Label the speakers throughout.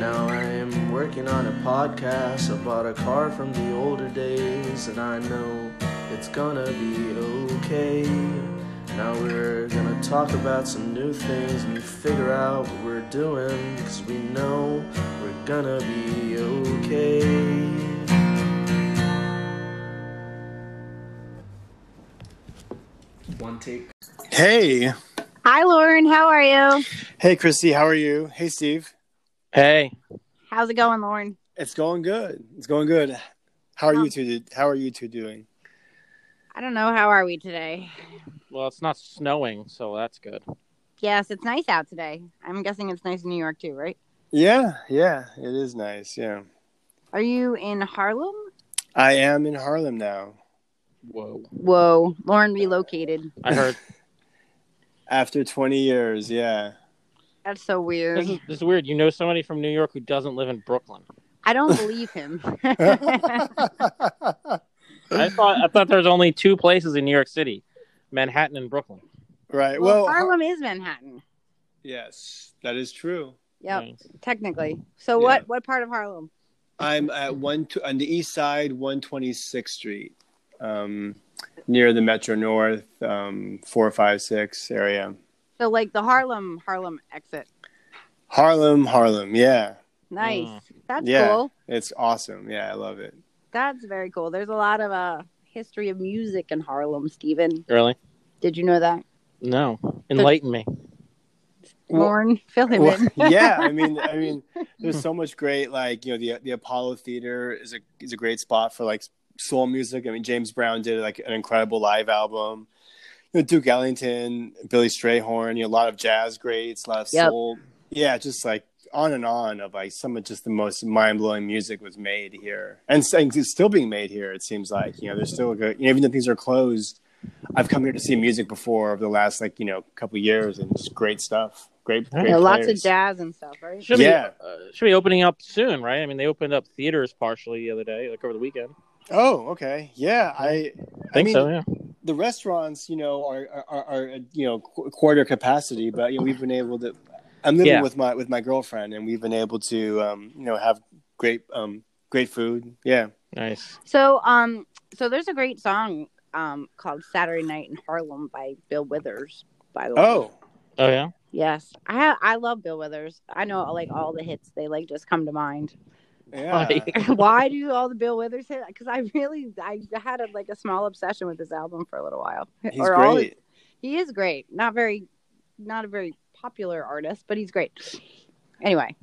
Speaker 1: Now I am working on a podcast. I bought a car from the older days, and I know it's gonna be okay. Now we're gonna talk about some new things and figure out what we're doing, cause we know we're gonna be okay. One take.
Speaker 2: Hey.
Speaker 3: Hi, Lauren. How are you?
Speaker 2: Hey, Christy. How are you? Hey, Steve.
Speaker 4: Hey,
Speaker 3: How's it going, Lauren?
Speaker 2: It's going good. It's going good. How are
Speaker 3: Oh.
Speaker 2: you two? did- How are you two doing?
Speaker 3: I don't know. How are we today?
Speaker 4: well, it's not snowing, so that's good.
Speaker 3: Yes, it's nice out today. I'm guessing it's nice in New York too, right?
Speaker 2: Yeah. Yeah. It is nice. Yeah.
Speaker 3: Are you in Harlem?
Speaker 2: I am in Harlem now
Speaker 4: Whoa!
Speaker 3: Whoa, Lauren relocated.
Speaker 4: I heard
Speaker 2: after 20 years. Yeah.
Speaker 3: That's so weird.
Speaker 4: this is, this is weird. You know somebody from New York who doesn't live in Brooklyn.
Speaker 3: I don't believe him.
Speaker 2: right.
Speaker 4: I thought I thought there's only two places in New York City, Manhattan and Brooklyn.
Speaker 2: Well,
Speaker 3: well,
Speaker 2: uh,
Speaker 3: Harlem is Manhattan.
Speaker 2: yes, that is true.
Speaker 3: Yep,
Speaker 4: Right.
Speaker 3: technically. So
Speaker 2: Yeah.
Speaker 3: what? What part of Harlem?
Speaker 2: I'm at one tw- on the east side, 126th Street, um, near the Metro North, um, 456 area.
Speaker 3: So like the Harlem Harlem exit.
Speaker 2: Harlem, Harlem. Yeah.
Speaker 3: Nice.
Speaker 4: Mm.
Speaker 3: That's
Speaker 2: Yeah.
Speaker 3: cool.
Speaker 2: It's awesome. Yeah. I love it.
Speaker 3: That's very cool. There's a lot of uh history of music in Harlem, Stephen.
Speaker 4: Really?
Speaker 3: Did you know that?
Speaker 4: No. Enlighten me.
Speaker 2: Well-
Speaker 3: Lauren, fill him
Speaker 2: Well,
Speaker 3: in.
Speaker 2: yeah, I mean, I mean, there's so much great. Like you know, the the Apollo Theater is a is a great spot for like soul music. I mean, James Brown did like an incredible live album. You know, Duke Ellington, Billy Strayhorn, you know, a lot of jazz greats, a lot of
Speaker 3: Yep.
Speaker 2: soul. Yeah, just like on and on of like some of just the most mind blowing music was made here, and, s- and it's still being made here. It seems like you know, there's still a good. You know, even though things are closed, I've come here to see music before over the last like you know couple years, and it's great stuff. Great,
Speaker 4: Yeah,
Speaker 2: great
Speaker 3: Yeah, lots of
Speaker 2: players.
Speaker 3: jazz and stuff, right?
Speaker 4: Should
Speaker 2: Yeah.
Speaker 4: be uh, should be opening up soon, right? I mean, they opened up theaters partially the other day, like over the weekend.
Speaker 2: Oh, okay. Yeah, I,
Speaker 4: I
Speaker 2: I
Speaker 4: think
Speaker 2: mean,
Speaker 4: so. Yeah.
Speaker 2: the restaurants, you know, are are, are at, you know qu- quarter capacity, but you know we've been able to. I'm living
Speaker 4: Yeah.
Speaker 2: with my with my girlfriend, and we've been able to, um, you know, have great um great food. Yeah.
Speaker 4: Nice.
Speaker 3: So, um, so there's a great song um called "Saturday Night in Harlem" by Bill Withers. By the way,
Speaker 2: Oh,
Speaker 4: Oh yeah.
Speaker 3: yes, I ha- I love Bill Withers. I know like all the hits; they like just come to mind.
Speaker 2: yeah.
Speaker 4: Funny.
Speaker 3: Why do all the Bill Withers hit? Because I really I had a, like a small obsession with this album for a little while.
Speaker 2: He's
Speaker 3: Or all his-
Speaker 2: great.
Speaker 3: he is great. Not very, not a very popular artist, but he's great. Anyway,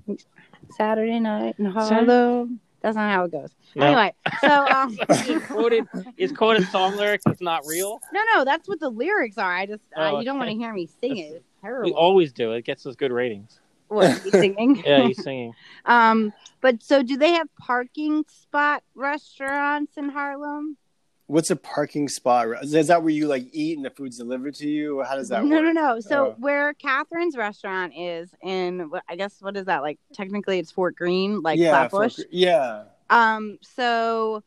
Speaker 3: Saturday Night in Harlem. That's not how it goes.
Speaker 4: No.
Speaker 3: Anyway, so um,
Speaker 4: Is quoted is quoted song lyrics. It's not real.
Speaker 3: no, no, that's what the lyrics are. I just uh,
Speaker 4: Oh,
Speaker 3: you don't want to
Speaker 4: okay.
Speaker 3: hear me sing it. It's
Speaker 4: We
Speaker 3: terrible.
Speaker 4: always do. It gets us good ratings.
Speaker 3: What you singing?
Speaker 4: Yeah, he's singing.
Speaker 3: Um, but so do they have parking spot restaurants in Harlem?
Speaker 2: What's a parking spot? Is that where you like eat and the food's delivered to you, or how does that
Speaker 3: no,
Speaker 2: work?
Speaker 3: no, no. So
Speaker 2: Oh.
Speaker 3: where Catherine's restaurant is in, what- I guess, what is that like? Technically, it's Fort Greene, like
Speaker 2: yeah, for-
Speaker 3: Flatbush.
Speaker 2: yeah.
Speaker 3: Um, so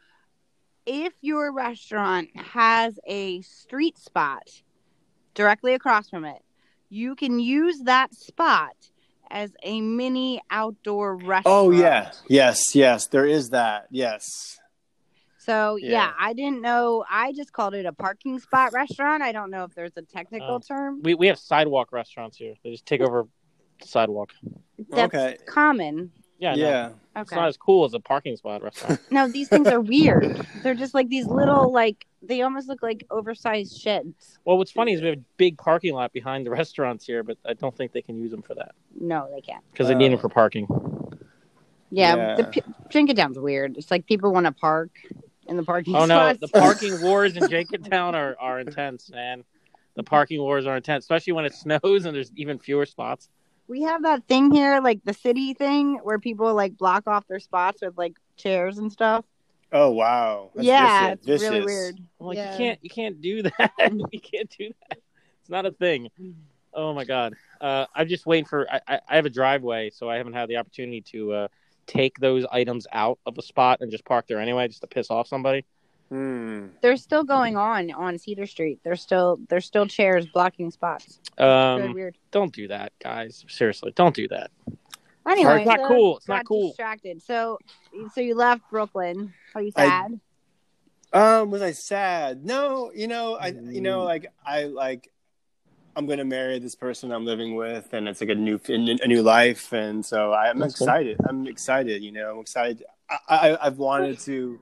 Speaker 3: if your restaurant has a street spot directly across from it, you can use that spot as a mini outdoor restaurant.
Speaker 2: Oh, yeah. Yes, yes. There is that. Yes.
Speaker 3: So yeah.
Speaker 2: Yeah.
Speaker 3: I didn't know. I just called it a parking spot restaurant. I don't know if there's a technical
Speaker 4: Oh.
Speaker 3: term.
Speaker 4: We we have sidewalk restaurants here. They just take over the sidewalk.
Speaker 3: That's
Speaker 2: okay.
Speaker 3: common.
Speaker 4: Yeah. I know.
Speaker 2: Yeah.
Speaker 4: It's
Speaker 3: Okay.
Speaker 4: not as cool as a parking spot restaurant.
Speaker 3: No, these things are weird. They're just like these little like they almost look like oversized sheds.
Speaker 4: well, what's funny is we have a big parking lot behind the restaurants here, but I don't think they can use them for that
Speaker 3: No, they can't.
Speaker 4: because they need them
Speaker 2: Oh.
Speaker 4: for parking.
Speaker 3: Yeah,
Speaker 2: Yeah.
Speaker 3: the p- Jenkintown's weird. It's like people want to park in the parking
Speaker 4: Oh no,
Speaker 3: spots.
Speaker 4: the parking wars in Jenkintown are, are intense, man. The parking wars are intense, especially when it snows and there's even fewer spots.
Speaker 3: we have that thing here, like the city thing, where people like block off their spots with like chairs and stuff.
Speaker 2: Oh wow. That's
Speaker 3: yeah,
Speaker 2: vicious.
Speaker 3: it's really
Speaker 2: Vicious.
Speaker 3: weird.
Speaker 4: I'm like,
Speaker 3: Yeah.
Speaker 4: you can't, you can't do that. you can't do that. It's not a thing. Oh my god. Uh, I'm just waiting for. I, I, I have a driveway, so I haven't had the opportunity to uh, take those items out of a spot and just park there anyway, just to piss off somebody.
Speaker 2: Hmm.
Speaker 3: They're still going on on Cedar Street. They're still there's still chairs blocking spots. It's really
Speaker 4: Um,
Speaker 3: weird.
Speaker 4: don't do that, guys. Seriously, don't do that.
Speaker 3: Anyway,
Speaker 4: It's not
Speaker 3: so
Speaker 4: cool. It's not
Speaker 3: got
Speaker 4: cool.
Speaker 3: Distracted. So, so you left Brooklyn. Are you
Speaker 2: I-
Speaker 3: sad?
Speaker 2: Um, was I sad? No, you know, I you know, like I like I'm gonna marry this person I'm living with, and it's like a new a new life, and so I'm
Speaker 4: That's cool.
Speaker 2: excited. I'm excited, you know, I'm excited. I, I I've wanted to.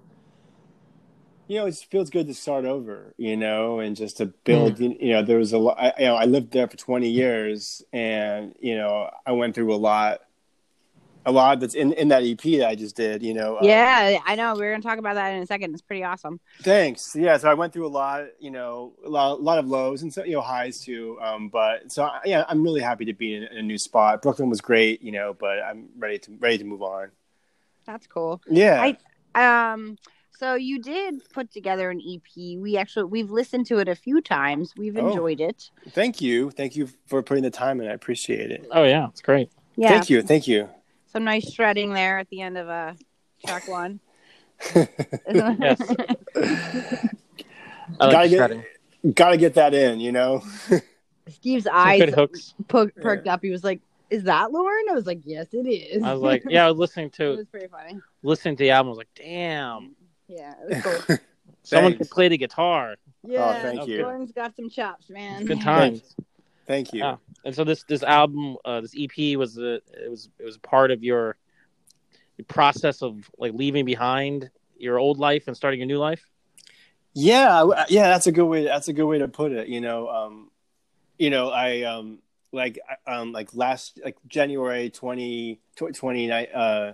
Speaker 2: You know, it just feels good to start over, you know, and just to build, you- you know, there was a lot, I, you know, I lived there for 20 years and, you know, I went through a lot, a lot that's in, in that EP that I just did, you know, uh,
Speaker 3: yeah, I know. We're gonna talk about that in a second. It's pretty awesome.
Speaker 2: Thanks. Yeah, so I went through a lot, you know, a lot, a lot of lows and so you know highs too. Um, but so I- yeah, I'm really happy to be in, in a new spot. Brooklyn was great, you know, but I'm ready to ready to move on.
Speaker 3: That's cool.
Speaker 2: Yeah,
Speaker 3: I- Um, so you did put together an EP. We actually we've listened to it a few times. We've
Speaker 2: Oh.
Speaker 3: enjoyed it.
Speaker 2: thank you, thank you for putting the time in. I appreciate it.
Speaker 4: Oh yeah, it's great.
Speaker 3: Yeah,
Speaker 2: Thank you, thank you.
Speaker 3: some nice shredding there at the end of uh, track one.
Speaker 4: Yes. I
Speaker 2: Gotta
Speaker 4: like
Speaker 2: get-
Speaker 4: shredding.
Speaker 2: Got to get that in, you know.
Speaker 3: Steve's
Speaker 4: Some
Speaker 3: eyes
Speaker 4: good hooks.
Speaker 3: po- perked up. He was like, "Is that Lauren?" I was like, "Yes, it is."
Speaker 4: I was like, yeah, I was listening
Speaker 3: it
Speaker 4: to
Speaker 3: was pretty funny.
Speaker 4: listening to the album. I was like, damn,
Speaker 3: Yeah, it was cool.
Speaker 4: someone
Speaker 2: Thanks.
Speaker 4: can play the guitar.
Speaker 3: Yeah,
Speaker 2: Oh, thank you.
Speaker 3: Lauren's got some chops, man.
Speaker 4: Good times.
Speaker 2: Thank you.
Speaker 4: Yeah. and so this this album uh, this ep was a it was it was part of your process of like leaving behind your old life and starting a new life
Speaker 2: Yeah, I- yeah, that's a good way. That's a good way to put it. You know, um, you know, I um, like I- um, like last like January 20, tw- 20 ni- uh,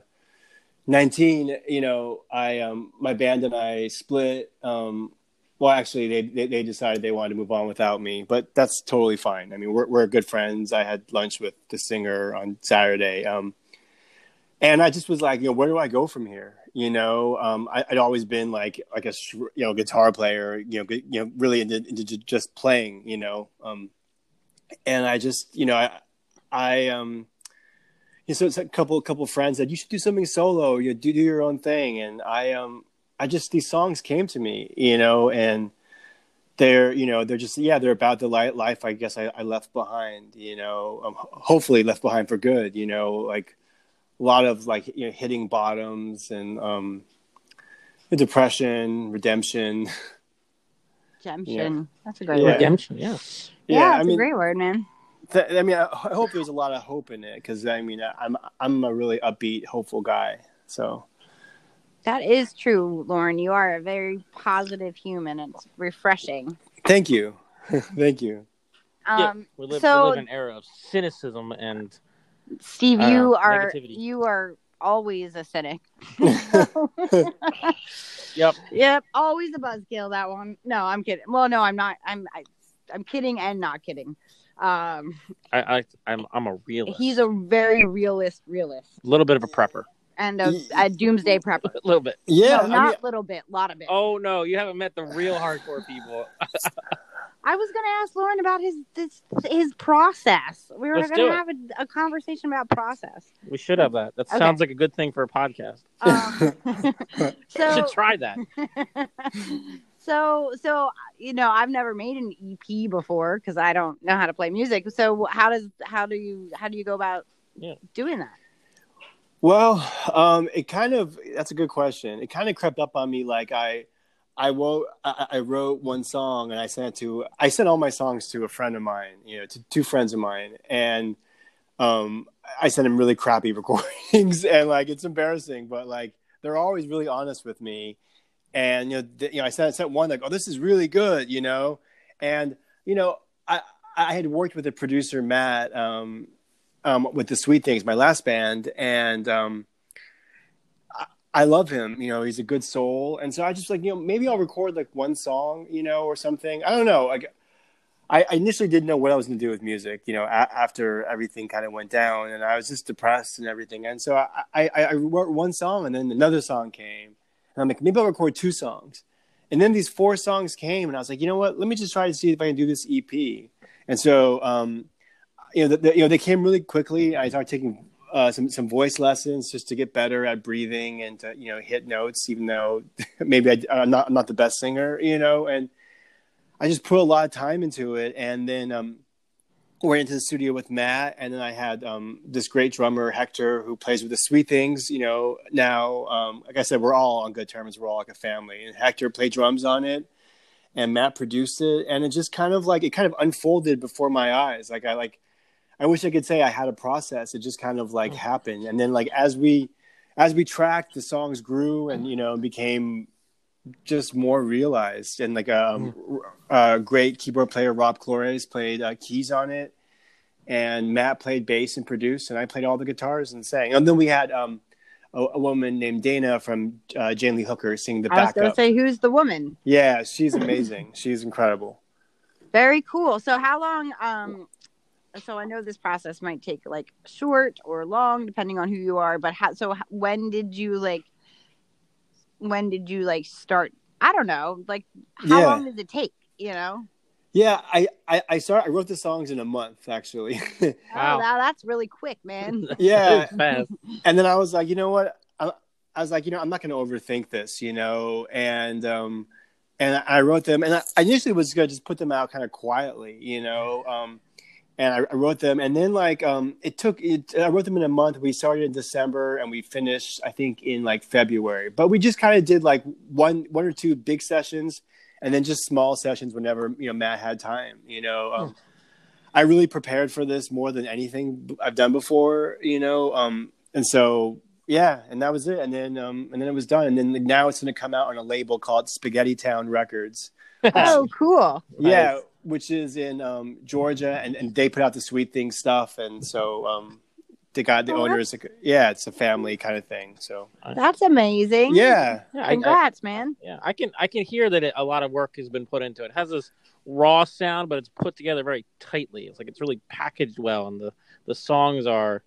Speaker 2: 19, You know, I um, my band and I split. Um, well, actually, they, they they decided they wanted to move on without me, but that's totally fine. I mean, we're we're good friends. I had lunch with the singer on Saturday. Um, and I just was like, you know, where do I go from here? You know, um, I, I'd always been like like a sh- you know guitar player, you know, gu- you know, really into, into ju- just playing, you know, um, and I just you know I I um. You know, so it's a couple couple friends said you should do something solo. You know, do do your own thing, and I um I just these songs came to me, you know, and they're you know they're just yeah they're about the li- life I guess I, I left behind, you know, um, ho- hopefully left behind for good, you know, like a lot of like you know hitting bottoms and um depression redemption
Speaker 3: Redemption. That's a great
Speaker 2: Yeah.
Speaker 3: word. Yeah,
Speaker 4: redemption yeah
Speaker 3: that's
Speaker 2: i mean
Speaker 3: a great word, man.
Speaker 2: th- i mean I, I hope there's a lot of hope in it because i mean I, i'm i'm a really upbeat hopeful guy so
Speaker 3: That is true, Lauren. You are a very positive human. It's refreshing.
Speaker 2: thank you thank you
Speaker 4: Yeah.
Speaker 3: Um,
Speaker 4: we live,
Speaker 3: So-
Speaker 4: we live in an era of cynicism and
Speaker 3: Steve,
Speaker 4: Uh,
Speaker 3: you are
Speaker 4: negativity.
Speaker 3: you are always a cynic.
Speaker 4: yep
Speaker 3: yep, always a buzzkill. That one. No, I'm kidding. Well, no, I'm not. I'm I, I'm kidding and not kidding. Um,
Speaker 4: i, I i'm i'm a realist
Speaker 3: he's a very realist, realist,
Speaker 4: little bit of a prepper
Speaker 3: and a, a doomsday prepper.
Speaker 4: a little bit
Speaker 2: yeah
Speaker 3: no,
Speaker 2: I
Speaker 3: not
Speaker 2: mean,
Speaker 3: little bit, lot of it.
Speaker 4: oh no you haven't met the real hardcore people
Speaker 3: I was gonna ask Lauren about his this, his process. We were
Speaker 4: Let's do
Speaker 3: gonna
Speaker 4: it.
Speaker 3: have a, a conversation about process.
Speaker 4: we should have that that
Speaker 3: Okay.
Speaker 4: sounds like a good thing for a podcast
Speaker 3: Um,
Speaker 4: we
Speaker 3: so
Speaker 4: should try that
Speaker 3: so so you know i've never made an ep before because i don't know how to play music so how does how do you how do you go about
Speaker 4: Yeah.
Speaker 3: doing that
Speaker 2: Well, um, it kind of that's a good question. It kind of crept up on me like I I wrote I, I wrote one song and I sent it to I sent all my songs to a friend of mine, you know, to two friends of mine and um I sent him really crappy recordings and like it's embarrassing, but like they're always really honest with me. And you know, th- you know I sent sent one like, "Oh, this is really good," you know. And you know, I I had worked with a producer Matt um um, with the Sweet Things, my last band, and um, I, I love him. You know, he's a good soul, and so I just like you know maybe I'll record like one song, you know, or something. I don't know. Like I, I initially didn't know what I was going to do with music, you know, a- after everything kind of went down and I was just depressed and everything. And so I, I, I wrote one song and then another song came. And I'm like, maybe I'll record two songs. And then these four songs came and I was like, you know what? Let me just try to see if I can do this EP. And so, um, you know, the, the, you know, they came really quickly. I started taking uh, some, some voice lessons just to get better at breathing and to, you know, hit notes, even though maybe I, I'm not, I'm not the best singer, you know, and, I just put a lot of time into it, and then um, went into the studio with Matt, and then I had um, this great drummer Hector who plays with the Sweet Things. You know, now um, like I said, we're all on good terms. We're all like a family, and Hector played drums on it, and Matt produced it, and it just kind of like it kind of unfolded before my eyes. Like I like, I wish I could say I had a process. It just kind of
Speaker 3: Mm.
Speaker 2: like happened, and then like as we as we tracked, the songs grew, and you know became just more realized and like um
Speaker 3: Mm.
Speaker 2: uh, great keyboard player Rob Clores played uh, keys on it, and Matt played bass and produced, and I played all the guitars and sang. And then we had um, a, a woman named Dana from uh, Jane Lee Hooker sing the
Speaker 3: I was going
Speaker 2: backup.
Speaker 3: to say, who's the woman?
Speaker 2: yeah, she's amazing. she's incredible.
Speaker 3: Very cool. So how long? Um, so I know this process might take like short or long, depending on who you are. But how? So h- when did you like? When did you like start? I don't know. Like how
Speaker 2: Yeah.
Speaker 3: long does it take? You know?
Speaker 2: Yeah, I I, I started. I wrote the songs in a month actually.
Speaker 4: Wow.
Speaker 3: Oh, wow, that's really quick, man.
Speaker 2: yeah,
Speaker 4: Fast.
Speaker 2: and then I was like, you know what? I, I was like, you know, I'm not going to overthink this, you know, and um, and I wrote them, and I I initially was going to just put them out kind of quietly, you know, um, and I, I wrote them, and then like um, it took, it, I wrote them in a month. We started in December, and we finished, I think, in like February. But we just kind of did like one one or two big sessions, and then just small sessions whenever you know Matt had time, you know. Um, I really prepared for this more than anything b- I've done before, you know. Um, and so yeah, and that was it. And then um, and then it was done. And then now it's going to come out on a label called Spaghetti Town Records.
Speaker 3: oh, cool.
Speaker 2: Yeah, which is in um, Georgia, and, and they put out the Sweet Thing stuff. And so um, the guy, the
Speaker 3: Oh,
Speaker 2: owner is like, yeah, it's a family kind of thing. So
Speaker 3: That's amazing.
Speaker 2: yeah,
Speaker 4: Yeah, I- I,
Speaker 3: Congrats, man.
Speaker 2: Mm-hmm.
Speaker 4: yeah, I can I can hear that it, a lot of work has been put into it. It has this raw sound, but it's put together very tightly. It's like it's really packaged well, and the the songs are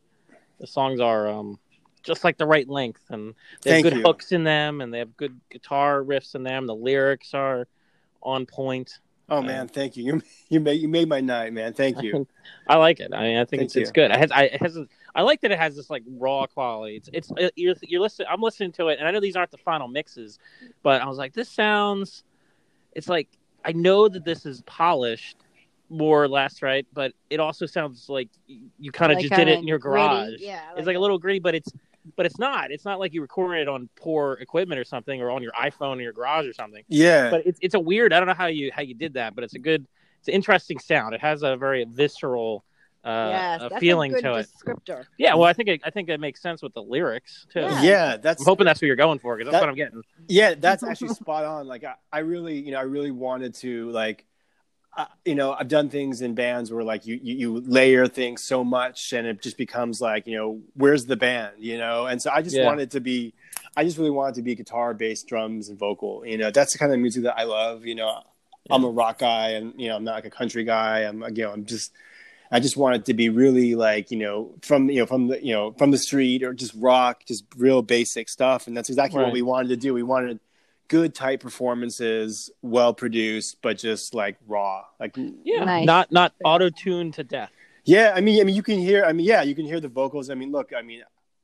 Speaker 4: the songs are um just like the right length, and they
Speaker 2: Thank
Speaker 4: have good
Speaker 2: you.
Speaker 4: hooks in them, and they have good guitar riffs in them. The lyrics are on point.
Speaker 2: Oh man, thank you. You you made you made my night, man. Thank you.
Speaker 4: I like it. I mean, I think
Speaker 2: Thank
Speaker 4: it's, it's
Speaker 2: you.
Speaker 4: good. I has, I it has I like that it has this like raw quality. It's it's you're you're listening. I'm listening to it, and I know these aren't the final mixes, but I was like, this sounds. It's like I know that this is polished, more or less, right? But it also sounds like y- you kind of
Speaker 3: Like,
Speaker 4: just did it
Speaker 3: kinda
Speaker 4: in your
Speaker 3: gritty.
Speaker 4: garage.
Speaker 3: Yeah. I
Speaker 4: it's like a little gritty, but it's but it's not. It's not like you recorded it on poor equipment or something, or on your iPhone or your garage or something
Speaker 2: Yeah,
Speaker 4: but it's it's a weird. I don't know how you how you did that, but it's a good, it's an interesting sound. It has a very visceral uh,
Speaker 3: yes,
Speaker 4: uh,
Speaker 3: that's
Speaker 4: feeling
Speaker 3: a good
Speaker 4: to it.
Speaker 3: descriptor.
Speaker 4: Yeah, well, I think it, I think it makes sense with the lyrics too.
Speaker 3: Yeah.
Speaker 2: yeah. That's
Speaker 4: I'm hoping that's what you're going for because that's
Speaker 2: That-
Speaker 4: what I'm getting.
Speaker 2: yeah that's actually spot on like I, I really you know i really wanted to like I, you know i've done things in bands where like you, you you layer things so much and it just becomes like you know where's the band you know and so i just
Speaker 4: Yeah.
Speaker 2: wanted to be i just really wanted to be guitar bass drums and vocal you know that's the kind of music that i love you know i'm a rock guy and you know i'm not like a country guy i'm like, you know i'm just I just want it to be really like you know from you know from the you know from the street or just rock, just real basic stuff, and that's exactly
Speaker 4: Right.
Speaker 2: what we wanted to do. We wanted good tight performances, well produced, but just like raw. Like
Speaker 4: Yeah,
Speaker 3: Nice.
Speaker 4: not not auto tuned to death.
Speaker 2: yeah, I mean, I mean, you can hear. I mean, yeah, you can hear the vocals. I mean, look, I mean,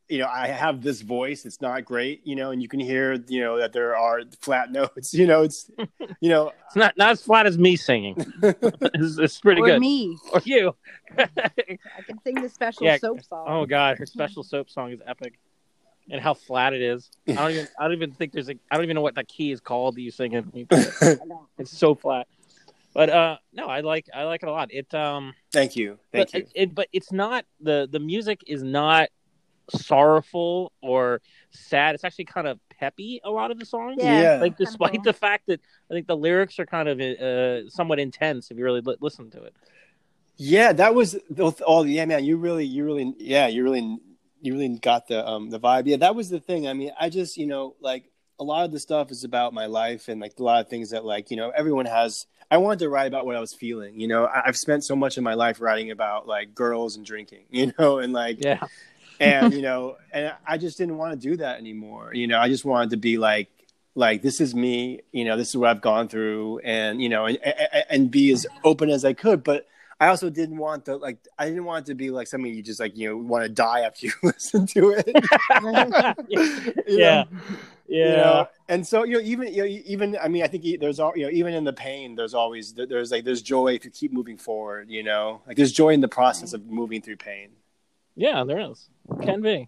Speaker 2: you know, I have this voice. It's not great, you know, and you can hear you know that there are flat notes. You know, it's you know,
Speaker 4: It's not not as flat as me singing. it's, it's pretty
Speaker 3: or
Speaker 4: good.
Speaker 3: me.
Speaker 4: Or you.
Speaker 3: I can sing the special
Speaker 4: Yeah.
Speaker 3: soap song.
Speaker 4: oh God, her special soap song is epic, and how flat it is. I don't even I don't even think there's a I don't even know what that key is called that you sing in.
Speaker 3: I know.
Speaker 4: It's so flat. But uh no, I like I like it a lot. It um
Speaker 2: thank you, thank
Speaker 4: but,
Speaker 2: you.
Speaker 4: It, it- but it's not the the music is not sorrowful or sad. It's actually kind of peppy. A lot of the songs,
Speaker 3: Yeah,
Speaker 2: Yeah.
Speaker 4: like
Speaker 3: kinda
Speaker 4: despite
Speaker 3: cool.
Speaker 4: the fact that I think the lyrics are kind of uh, somewhat intense if you really li- listen to it.
Speaker 2: Yeah, that was oh yeah, man. You really, you really, yeah, you really, you really got the um the vibe. Yeah, that was the thing. I mean, I just you know like a lot of the stuff is about my life and like a lot of things that like you know everyone has i wanted to write about what i was feeling you know I, i've spent so much of my life writing about like girls and drinking you know and like
Speaker 4: Yeah.
Speaker 2: and you know and i just didn't want to do that anymore you know i just wanted to be like like this is me you know this is what i've gone through and you know and and, and be as open as i could but i also didn't want the like i didn't want it to be like something you just like you know want to die after you listen to it
Speaker 4: yeah.
Speaker 2: You
Speaker 4: Yeah.
Speaker 2: know? You know? and so you know even you know, even i mean i think e, there's all you know even in the pain there's always there's like there's joy if you keep moving forward you know like there's joy in the process of moving through pain
Speaker 4: Yeah, there is. Can be.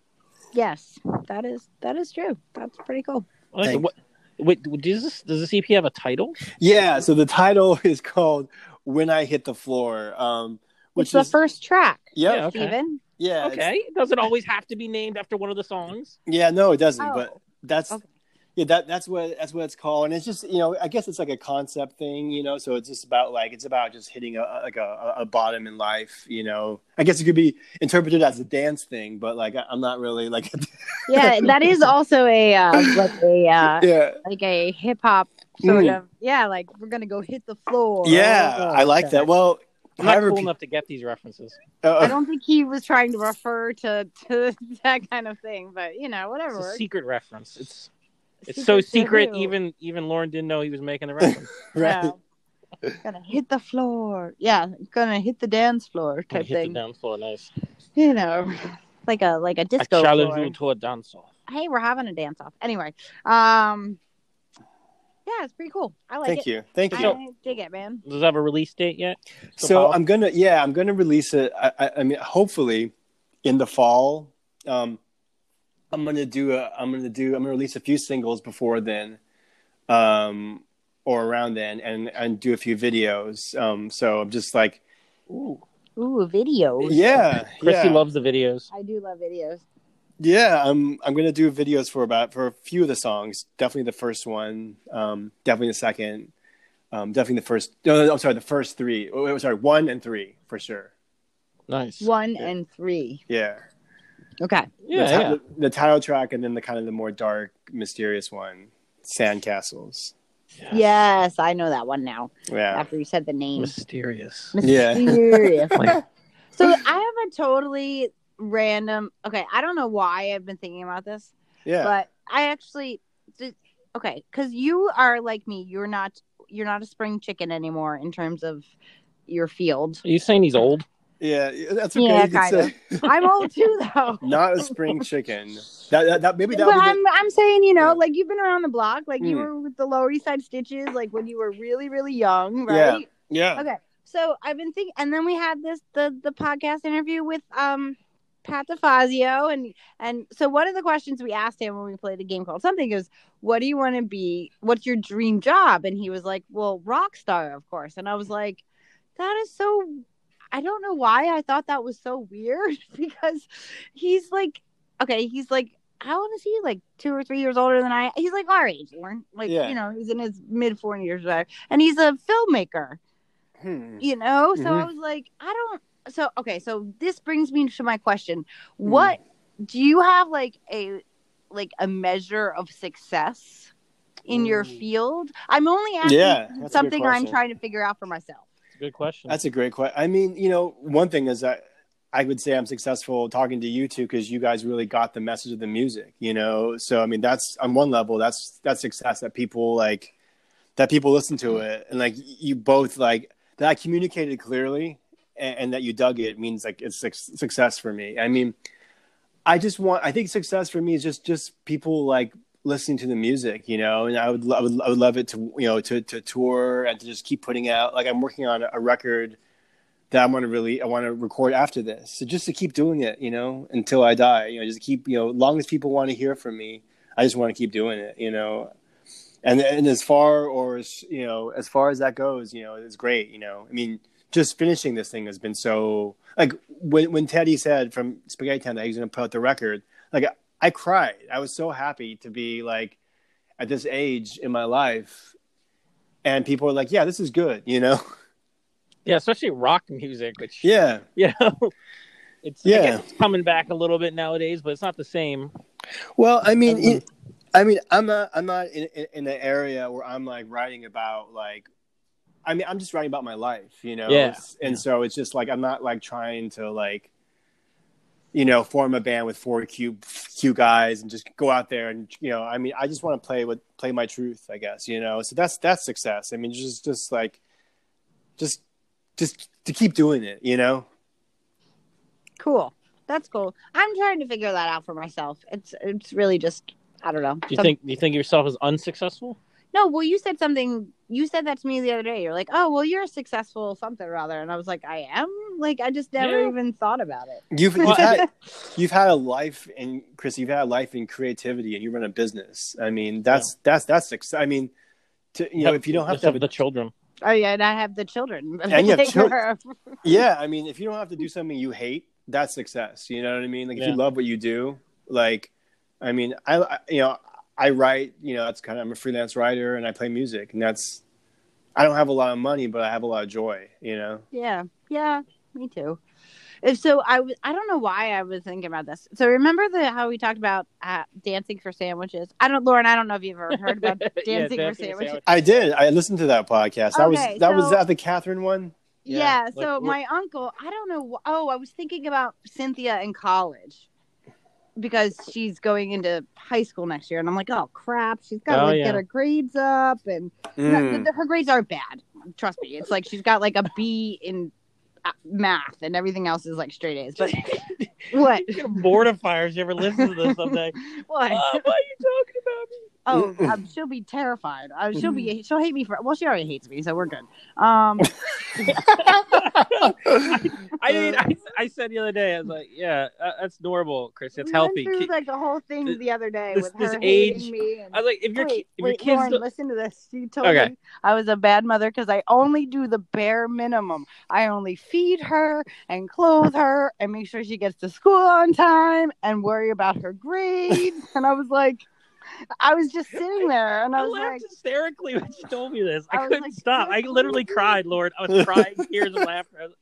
Speaker 3: Yes, that is that is true. That's pretty cool.
Speaker 4: Like,
Speaker 2: Thanks.
Speaker 4: what, wait, does this does this EP have a title?
Speaker 2: Yeah, so the title is called "When I Hit the Floor," um, which
Speaker 3: it's the
Speaker 2: is
Speaker 3: first track,
Speaker 2: yeah,
Speaker 4: Yeah.
Speaker 2: yeah,
Speaker 4: Okay.
Speaker 3: Steven.
Speaker 2: it's-
Speaker 4: Okay, it doesn't always have to be named after one of the songs.
Speaker 2: yeah. No, it doesn't.
Speaker 3: Oh.
Speaker 2: But that's
Speaker 3: Okay.
Speaker 2: yeah, that that's what that's what it's called, and it's just you know, I guess it's like a concept thing, you know. So it's just about like it's about just hitting a like a, a bottom in life, you know. I guess it could be interpreted as a dance thing, but like I, I'm not really like
Speaker 3: Yeah, that is also a uh, like a uh,
Speaker 2: yeah.
Speaker 3: like a hip hop sort
Speaker 2: Mm.
Speaker 3: of. Yeah, like we're gonna go hit the floor.
Speaker 2: Yeah, I like that. Well,
Speaker 4: I'm not
Speaker 2: however,
Speaker 4: cool
Speaker 2: pe-
Speaker 4: enough to get these references.
Speaker 2: uh,
Speaker 3: I don't think he was trying to refer to to that kind of thing, but you know,
Speaker 4: It's
Speaker 3: whatever.
Speaker 4: a
Speaker 3: works.
Speaker 4: secret reference. It's it's
Speaker 3: to
Speaker 4: so secret.
Speaker 3: who?
Speaker 4: Even even Lauren didn't know he was making the reference.
Speaker 2: right.
Speaker 3: Yeah. gonna hit the floor. Yeah, gonna hit the dance floor type
Speaker 4: hit
Speaker 3: thing.
Speaker 4: the dance floor, nice.
Speaker 3: You know, like a like a
Speaker 4: I
Speaker 3: disco
Speaker 4: challenge
Speaker 3: floor.
Speaker 4: you to a dance off.
Speaker 3: Hey, we're having a dance off. Anyway, um, yeah, it's pretty cool. I like
Speaker 2: Thank
Speaker 3: it.
Speaker 2: you, thank you.
Speaker 3: I dig it, man.
Speaker 4: Does it have a release date yet?
Speaker 2: so um,
Speaker 4: Paul?
Speaker 2: I'm gonna yeah I'm gonna release it. I, I, I mean hopefully in the fall. Um, I'm gonna do a I'm gonna do I'm gonna release a few singles before then, um, or around then, and and do a few videos. Um, so I'm just like
Speaker 4: Ooh,
Speaker 3: Ooh, videos.
Speaker 2: yeah
Speaker 4: Chrissy
Speaker 2: yeah
Speaker 4: loves the videos.
Speaker 3: I do love videos.
Speaker 2: yeah I'm I'm gonna do videos for about for a few of the songs. Definitely the first one. Um, definitely the second. Um, definitely the first. No, no, no, I'm sorry, the first three. Oh, sorry, one and three for sure.
Speaker 4: Nice.
Speaker 3: One and three.
Speaker 2: Yeah.
Speaker 3: Okay.
Speaker 4: yeah,
Speaker 2: the,
Speaker 4: yeah.
Speaker 2: ti- the, the title track and then the kind of the more dark, mysterious one, Sandcastles.
Speaker 3: Yes, I know that one now.
Speaker 2: Yeah.
Speaker 3: After you said the name.
Speaker 4: Mysterious.
Speaker 2: Yeah.
Speaker 3: Mysterious.
Speaker 4: Like-
Speaker 3: so I have a totally random. Okay, I don't know why I've been thinking about this,
Speaker 2: Yeah.
Speaker 3: but I actually. did- Okay, because you are like me. You're not. You're not a spring chicken anymore in terms of your field.
Speaker 4: Are you saying he's old?
Speaker 2: yeah. That's okay.
Speaker 3: Yeah,
Speaker 2: you can
Speaker 3: kind of.
Speaker 2: say,
Speaker 3: I'm old too, though.
Speaker 2: not a spring chicken. That, that, that maybe that
Speaker 3: but
Speaker 2: was
Speaker 3: I'm I'm saying, you know,
Speaker 2: Yeah.
Speaker 3: like you've been around the block, like you
Speaker 2: Mm.
Speaker 3: were with the Lower East Side Stitches, like when you were really, really young,
Speaker 2: Yeah.
Speaker 3: right?
Speaker 2: yeah.
Speaker 3: Okay. So I've been thinking, and then we had this the the podcast interview with um Pat DeFazio, and and so one of the questions we asked him when we played a game called something is, "What do you want to be? What's your dream job?" And he was like, "Well, rock star, of course." And I was like, "That is so." I don't know why I thought that was so weird because he's like, okay, he's like, how old is he? Like two or three years older than I. He's like our age, Lauren. Like
Speaker 2: Yeah.
Speaker 3: you know, he's in his mid forties or whatever, and he's a filmmaker
Speaker 2: Hmm.
Speaker 3: you know so i
Speaker 2: Mhm.
Speaker 3: was like i don't so okay so this brings me to my
Speaker 2: Mm.
Speaker 3: question what do you have like a like a measure of success in your
Speaker 2: Mm.
Speaker 3: field i'm only asking
Speaker 2: Yeah. that's a good
Speaker 3: something i'm
Speaker 2: question.
Speaker 3: trying to figure out for myself
Speaker 4: Good question.
Speaker 2: That's a great question. I mean, you know, one thing is that I would say I'm successful talking to you two because you guys really got the message of the music, you know. So I mean, that's on one level, that's that's success that people like that people listen to it and like you both like that I communicated clearly and, and that you dug it means like it's suc success for me. I mean, I just want I think success for me is just just people like listening to the music, you know, and I would, lo- I would, I would love it to, you know, to, to tour and to just keep putting out, like I'm working on a record that I want to really, I want to record after this. So just to keep doing it, you know, until I die, you know, just keep, you know, long as people want to hear from me, I just want to keep doing it, you know, and, and as far or as, you know, as far as that goes, you know, it's great. You know, I mean, just finishing this thing has been so like when, when Teddy said from Spaghetti Town that he was going to put out the record, like I cried. I was so happy to be like at this age in my life. And people were like, yeah, this is good, you know?
Speaker 4: yeah, especially rock music, which
Speaker 2: Yeah.
Speaker 4: you know, it's I
Speaker 2: Yeah.
Speaker 4: guess it's coming back a little bit nowadays, but it's not the same.
Speaker 2: Well, I mean,
Speaker 4: Mhm.
Speaker 2: it, I mean, I'm not I'm not in, in, in an area where I'm like writing about like, I mean, I'm just writing about my life, you know.
Speaker 4: Yeah.
Speaker 2: It's- and so it's just like I'm not like trying to like, you know, form a band with four Q Q guys and just go out there and you know, I mean, I just want to play with play my truth, I guess, you know. So that's that's success. I mean, just just like, just just to keep doing it, you know.
Speaker 3: Cool. That's cool. I'm trying to figure that out for myself. It's it's really just I don't know.
Speaker 4: Do you
Speaker 3: Some-
Speaker 4: think do you think yourself as unsuccessful?
Speaker 3: No, well, you said something. You said that to me the other day. You're like, "Oh, well, you're a successful something or other," and I was like, "I am." Like, I just never
Speaker 4: Yeah.
Speaker 3: even thought about it.
Speaker 2: You've,
Speaker 4: Well,
Speaker 2: you've had you've had a life in Chris. You've had a life in creativity, and you run a business. I mean, that's that's that's success. I mean, to, you know, if you don't have
Speaker 4: Just
Speaker 2: to have a,
Speaker 4: the children.
Speaker 3: oh yeah, and I have the children. that I
Speaker 2: And you have
Speaker 3: take
Speaker 2: chil-
Speaker 3: care of.
Speaker 2: yeah, I mean, if you don't have to do something you hate, that's success. You know what I mean? Like if
Speaker 4: Yeah.
Speaker 2: you love what you do, like, I mean, I, I you know, I write. You know, that's kind of I'm a freelance writer, and I play music, and that's I don't have a lot of money, but I have a lot of joy. You know,
Speaker 3: Yeah, yeah, me too. If so, I was. I don't know why I was thinking about this. So remember the how we talked about uh, dancing for sandwiches? I don't, Lauren. I don't know if you've ever heard about dancing,
Speaker 4: Yeah,
Speaker 3: for
Speaker 4: dancing for
Speaker 3: sandwiches.
Speaker 4: sandwiches.
Speaker 2: I did. I listened to that podcast. That was
Speaker 3: Okay,
Speaker 2: that was
Speaker 3: so-
Speaker 2: that the Catherine one.
Speaker 4: Yeah,
Speaker 3: Yeah.
Speaker 4: like,
Speaker 3: so
Speaker 4: we're-
Speaker 3: my uncle, I don't know. wh- Oh, I was thinking about Cynthia in college because she's going into high school next year, and I'm like, oh crap, she's got to
Speaker 4: Oh,
Speaker 3: like
Speaker 4: yeah.
Speaker 3: get her grades up, and no,
Speaker 4: Hmm.
Speaker 3: th- th- her grades are bad. Trust me, it's like she's got like a B in uh, math, and everything else is like straight A's. But what?
Speaker 4: You're gonna mortify her if she ever listens to this someday.
Speaker 3: What?
Speaker 4: Mom, why are you talking about me?
Speaker 3: Oh,
Speaker 2: Mm-mm.
Speaker 3: um, she'll be terrified. Uh, she'll
Speaker 4: Mm-hmm.
Speaker 3: be. She'll hate me for. Well, she already hates me, so we're good. Um,
Speaker 4: I mean, I, I said the other day, I was like, yeah, uh, that's normal, Chris. It's
Speaker 3: we
Speaker 4: healthy.
Speaker 3: Went through,
Speaker 4: Ki-
Speaker 3: like the whole thing
Speaker 4: This-
Speaker 3: the other day
Speaker 4: this-
Speaker 3: with
Speaker 4: this
Speaker 3: her
Speaker 4: age-
Speaker 3: hating me. And,
Speaker 4: I was like, if your ki-
Speaker 3: wait,
Speaker 4: if your
Speaker 3: wait,
Speaker 4: kids
Speaker 3: Lauren,
Speaker 4: don't-
Speaker 3: listen to this. She told
Speaker 4: Okay.
Speaker 3: me I was a bad mother because I only do the bare minimum. I only feed her and clothe her and make sure she gets to school on time and worry about her grades. and I was like, I was just sitting there and I
Speaker 4: I
Speaker 3: was like,
Speaker 4: laughed hysterically when she told me this. I,
Speaker 3: I was
Speaker 4: couldn't
Speaker 3: like,
Speaker 4: stop. I
Speaker 3: "Good
Speaker 4: literally
Speaker 3: grief."
Speaker 4: cried, Lord. I was crying tears of laughter. I was,